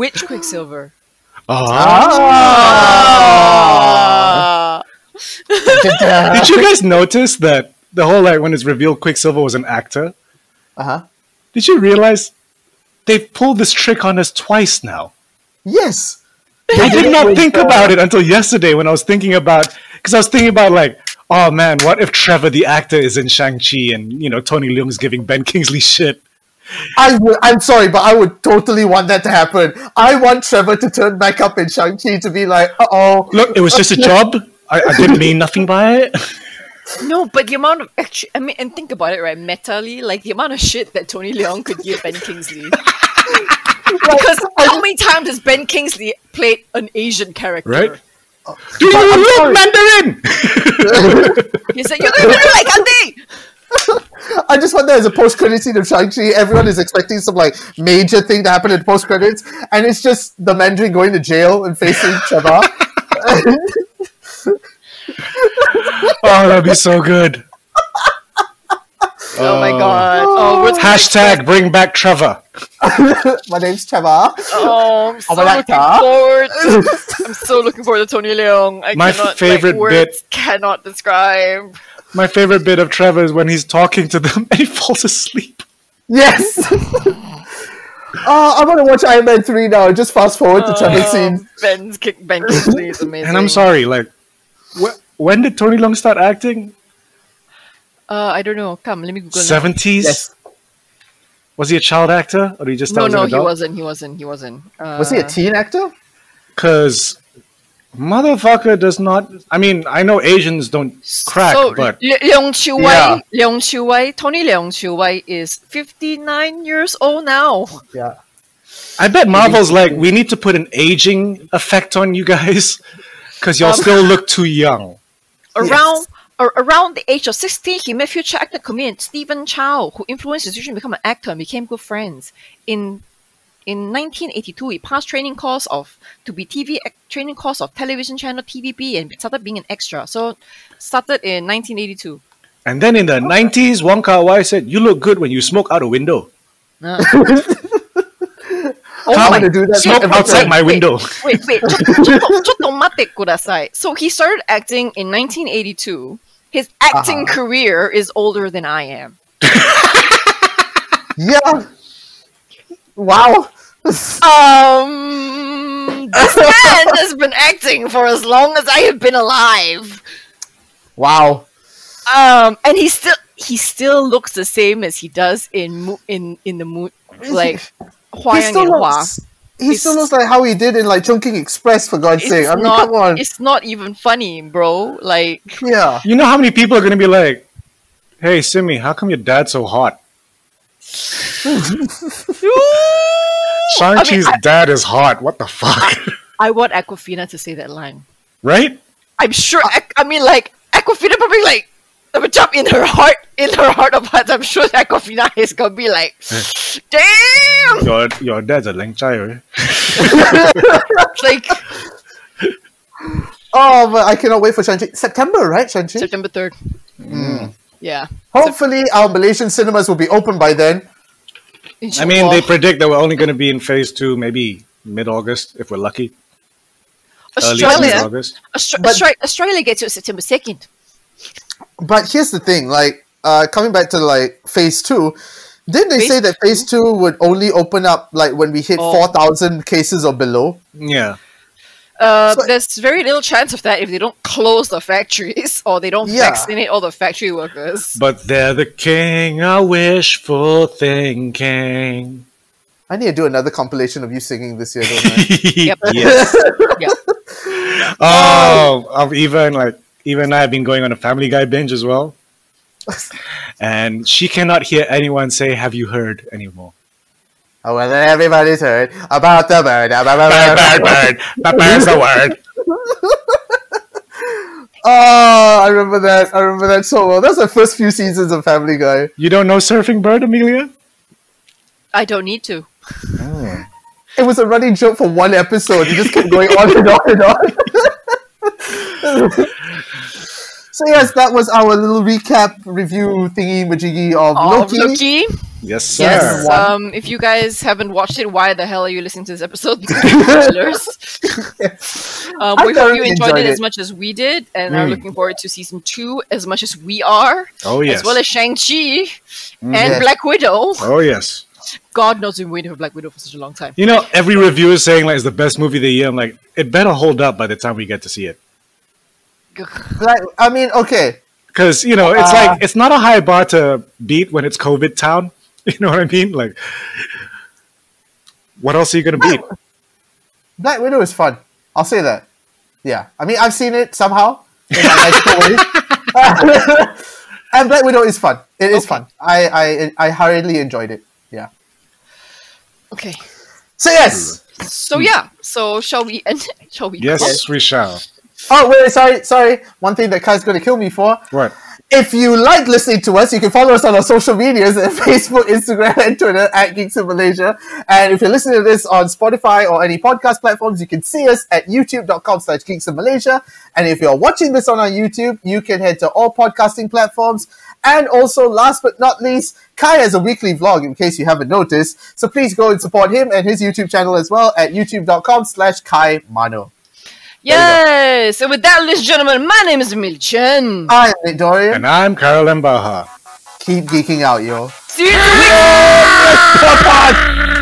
S1: Which Quicksilver?
S3: Ah.
S1: Uh,
S2: uh
S3: Did you guys notice that the whole like when it's revealed Quicksilver was an actor?
S2: huh.
S3: Did you realize they've pulled this trick on us twice now?
S2: Yes.
S3: I did not
S2: With,
S3: think
S2: uh,
S3: about it until yesterday when I was thinking about because I was thinking about like, oh man, what if Trevor the actor is in Shang Chi and you know Tony Leung's giving Ben Kingsley shit?
S2: I would, I'm sorry, but I would totally want that to happen. I want Trevor to turn back up in Shang-Chi to be like, uh oh.
S3: Look, it was just a job. I, I didn't mean nothing by it.
S1: No, but the amount of actually, I mean, and think about it, right? Metally, like the amount of shit that Tony Leung could give Ben Kingsley. because how many times has Ben Kingsley played an Asian character?
S3: Right? Do you
S2: I'm
S3: look
S2: sorry.
S3: Mandarin?
S1: He said, "You're not even like Andy."
S2: I just want that as a post-credit scene of Shang-Chi. Everyone is expecting some like major thing to happen in post-credits, and it's just the Mandarin going to jail and facing Trevor.
S3: Oh, that'd be so good.
S1: Oh my god! Oh, we're
S3: Hashtag bring back Trevor.
S2: My name's Trevor.
S1: Oh, I'm so
S2: my
S1: looking
S2: laptop.
S1: forward. I'm so looking forward to Tony Leung. I
S3: My
S1: cannot,
S3: favorite
S1: like, words
S3: bit-
S1: cannot describe.
S3: My favorite bit of Trevor is when he's talking to them and he falls asleep.
S2: Yes. Oh, I want to watch Iron Man 3 now. Just fast forward to Trevor
S1: Uh,
S2: scene.
S1: Oh, Ben's kick, Ben Kingsley is amazing.
S3: And I'm sorry, like, wh- when did Tony Long start acting?
S1: Uh, I don't know. Come, let me Google. now.
S3: 70s?
S2: Yes.
S3: Was he a child actor? Or did he just
S1: No,
S3: start
S1: no,
S3: as an
S1: he
S3: adult?
S1: wasn't. He wasn't. He wasn't. Uh,
S2: Was he a teen actor?
S3: Because motherfucker does not. I mean, I know Asians don't crack,
S1: so
S3: but
S1: Le- Leung Chiu Wai, Leung Chiu Wai, Tony Leung Chiu Wai is 59 years old now.
S2: Yeah.
S3: I bet Marvel's like, we need to put an aging effect on you guys because y'all
S1: Um,
S3: still look too young.
S1: Around ar- around the age of 16, he met future actor comedian Stephen Chow, who influenced his vision to become an actor and became good friends. In in 1982, he passed training course of to be TV ac- training course of television channel TVB and started being an extra. So started in 1982.
S3: And then in the 90s, Wong Kar Wai said, You look good when you smoke out a window.
S1: Uh. oh
S2: How
S1: my
S2: would I do that?
S3: Smoke
S2: Wait,
S3: outside
S2: wait,
S3: my window.
S1: wait, wait, ちょっと待ってください. So he started acting in 1982. His acting
S2: Uh-huh.
S1: career is older than I am.
S2: Yeah. Wow.
S1: Um, this man has been acting for as long as I have been alive.
S2: Wow.
S1: Um, and he still he still looks the same as he does in mo- in in the mo- like
S2: He
S1: Hwayang
S2: still
S1: and Hua.
S2: looks, he still
S1: It's-
S2: looks like how he did in like Chungking Express, for God's sake.
S1: It's
S2: I mean,
S1: not
S2: come on.
S1: it's not even funny, bro. Like
S2: Yeah.
S3: You know how many people are going to be like, Hey, Simi, how come your dad's so hot? Shang-Chi's dad is hot. What the fuck?
S1: I want Aquafina to say that line.
S3: right?
S1: I'm sure. Ac- I mean, like Aquafina probably like the job in her heart, in her heart of hearts. I'm sure Aquafina is gonna be like, damn,
S3: Your, your dad's a Leng Chai, right?
S1: like
S2: Oh, but I cannot wait for Shang-Chi. September, right, Shang-Chi?
S1: September third.
S2: Mm.
S1: Yeah,
S2: Hopefully, our Malaysian cinemas will be open by then.
S3: I mean, they
S1: Inshallah.
S3: predict that we're only going to be in phase two, maybe mid-August if we're lucky. Early to
S1: Australia,
S3: mid-August.
S1: Austra-
S2: But-
S1: Austra- Australia gets it September second.
S2: But here's the thing, like, uh, coming back to like phase two, didn't they
S1: Phase
S2: say that phase two would only open up like when we hit
S1: Oh.
S2: four thousand cases or below?
S3: Yeah.
S1: Uh,
S2: So-
S1: there's very little chance of that if they don't close the factories or they don't
S2: Yeah.
S1: vaccinate all the factory workers.
S3: But they're the king of wishful thinking.
S2: I need to do another compilation of you singing this year, don't I?
S1: Yep.
S3: Yes.
S1: Yep.
S3: Oh, I've even like even I have been going on a Family Guy binge as well, and she cannot hear anyone say "Have you heard?" anymore.
S2: oh, well, then everybody's heard about the bird. ah, bah, bah, bah, bah, bah.
S3: bird, but bird's the word.
S2: Oh, I remember that. I remember that so well. That's the first few seasons of Family Guy.
S3: You don't know Surfing Bird, Amelia?
S1: I don't need to.
S2: It was a running joke for one episode. It just kept going on and on and on. so yes, that was our little recap review thingy majiggy of
S1: Oh,
S2: Loki.
S1: Loki.
S3: Yes, sir.
S1: Yes.
S2: Sure.
S1: Um, if you guys haven't watched it, why the hell are you listening to this episode? Because it's spoilers. um,
S2: I
S1: we hope you
S2: thoroughly
S1: enjoyed
S2: enjoyed
S1: it,
S2: it. Mm.
S1: as much as we did, and are looking forward to season two as much as we are,
S3: Oh yes. Mm,
S1: as well as Shang Chi and
S2: Yes.
S1: Black Widow.
S3: oh yes.
S1: God knows we've been waiting for Black Widow for such a long time.
S3: You know, every review is saying like it's the best movie of the year. I'm like, it better hold up by the time we get to see it.
S2: Like, I mean, okay,
S1: Ah.
S3: Because you know, it's
S2: Uh,
S3: like it's not a high bar to beat when it's COVID town.
S4: You know what I mean? Like, what else are you gonna beat?
S2: Black Widow is fun. I'll say that. Yeah, I mean, I've seen it somehow. in my magical ways. and Black Widow is fun. It is fun. I, I I hurriedly enjoyed it. Yeah.
S1: Okay.
S2: So yes.
S1: So yeah. So shall we end? Shall we?
S4: Yes,
S1: close?
S4: we shall.
S2: Oh wait, sorry, sorry. One thing that Kai's gonna kill me for.
S4: What?
S2: If you like listening to us, you can follow us on our social medias at Facebook, Instagram, and Twitter at Geeks in Malaysia. And if you're listening to this on Spotify or any podcast platforms, you can see us at youtube.com slash geeks in Malaysia. And if you're watching this on our YouTube, you can head to all podcasting platforms. And also, last but not least, Kai has a weekly vlog in case you haven't noticed. So please go and support him and his YouTube channel as well at youtube.com slash Kai Mano.
S1: Yes. So with that, ladies and gentlemen, my name is Emily Chen.
S2: I am Nick Dorian.
S4: And I'm Carolyn Baha.
S2: Keep geeking out, yo.
S1: See you next week.
S2: Come on!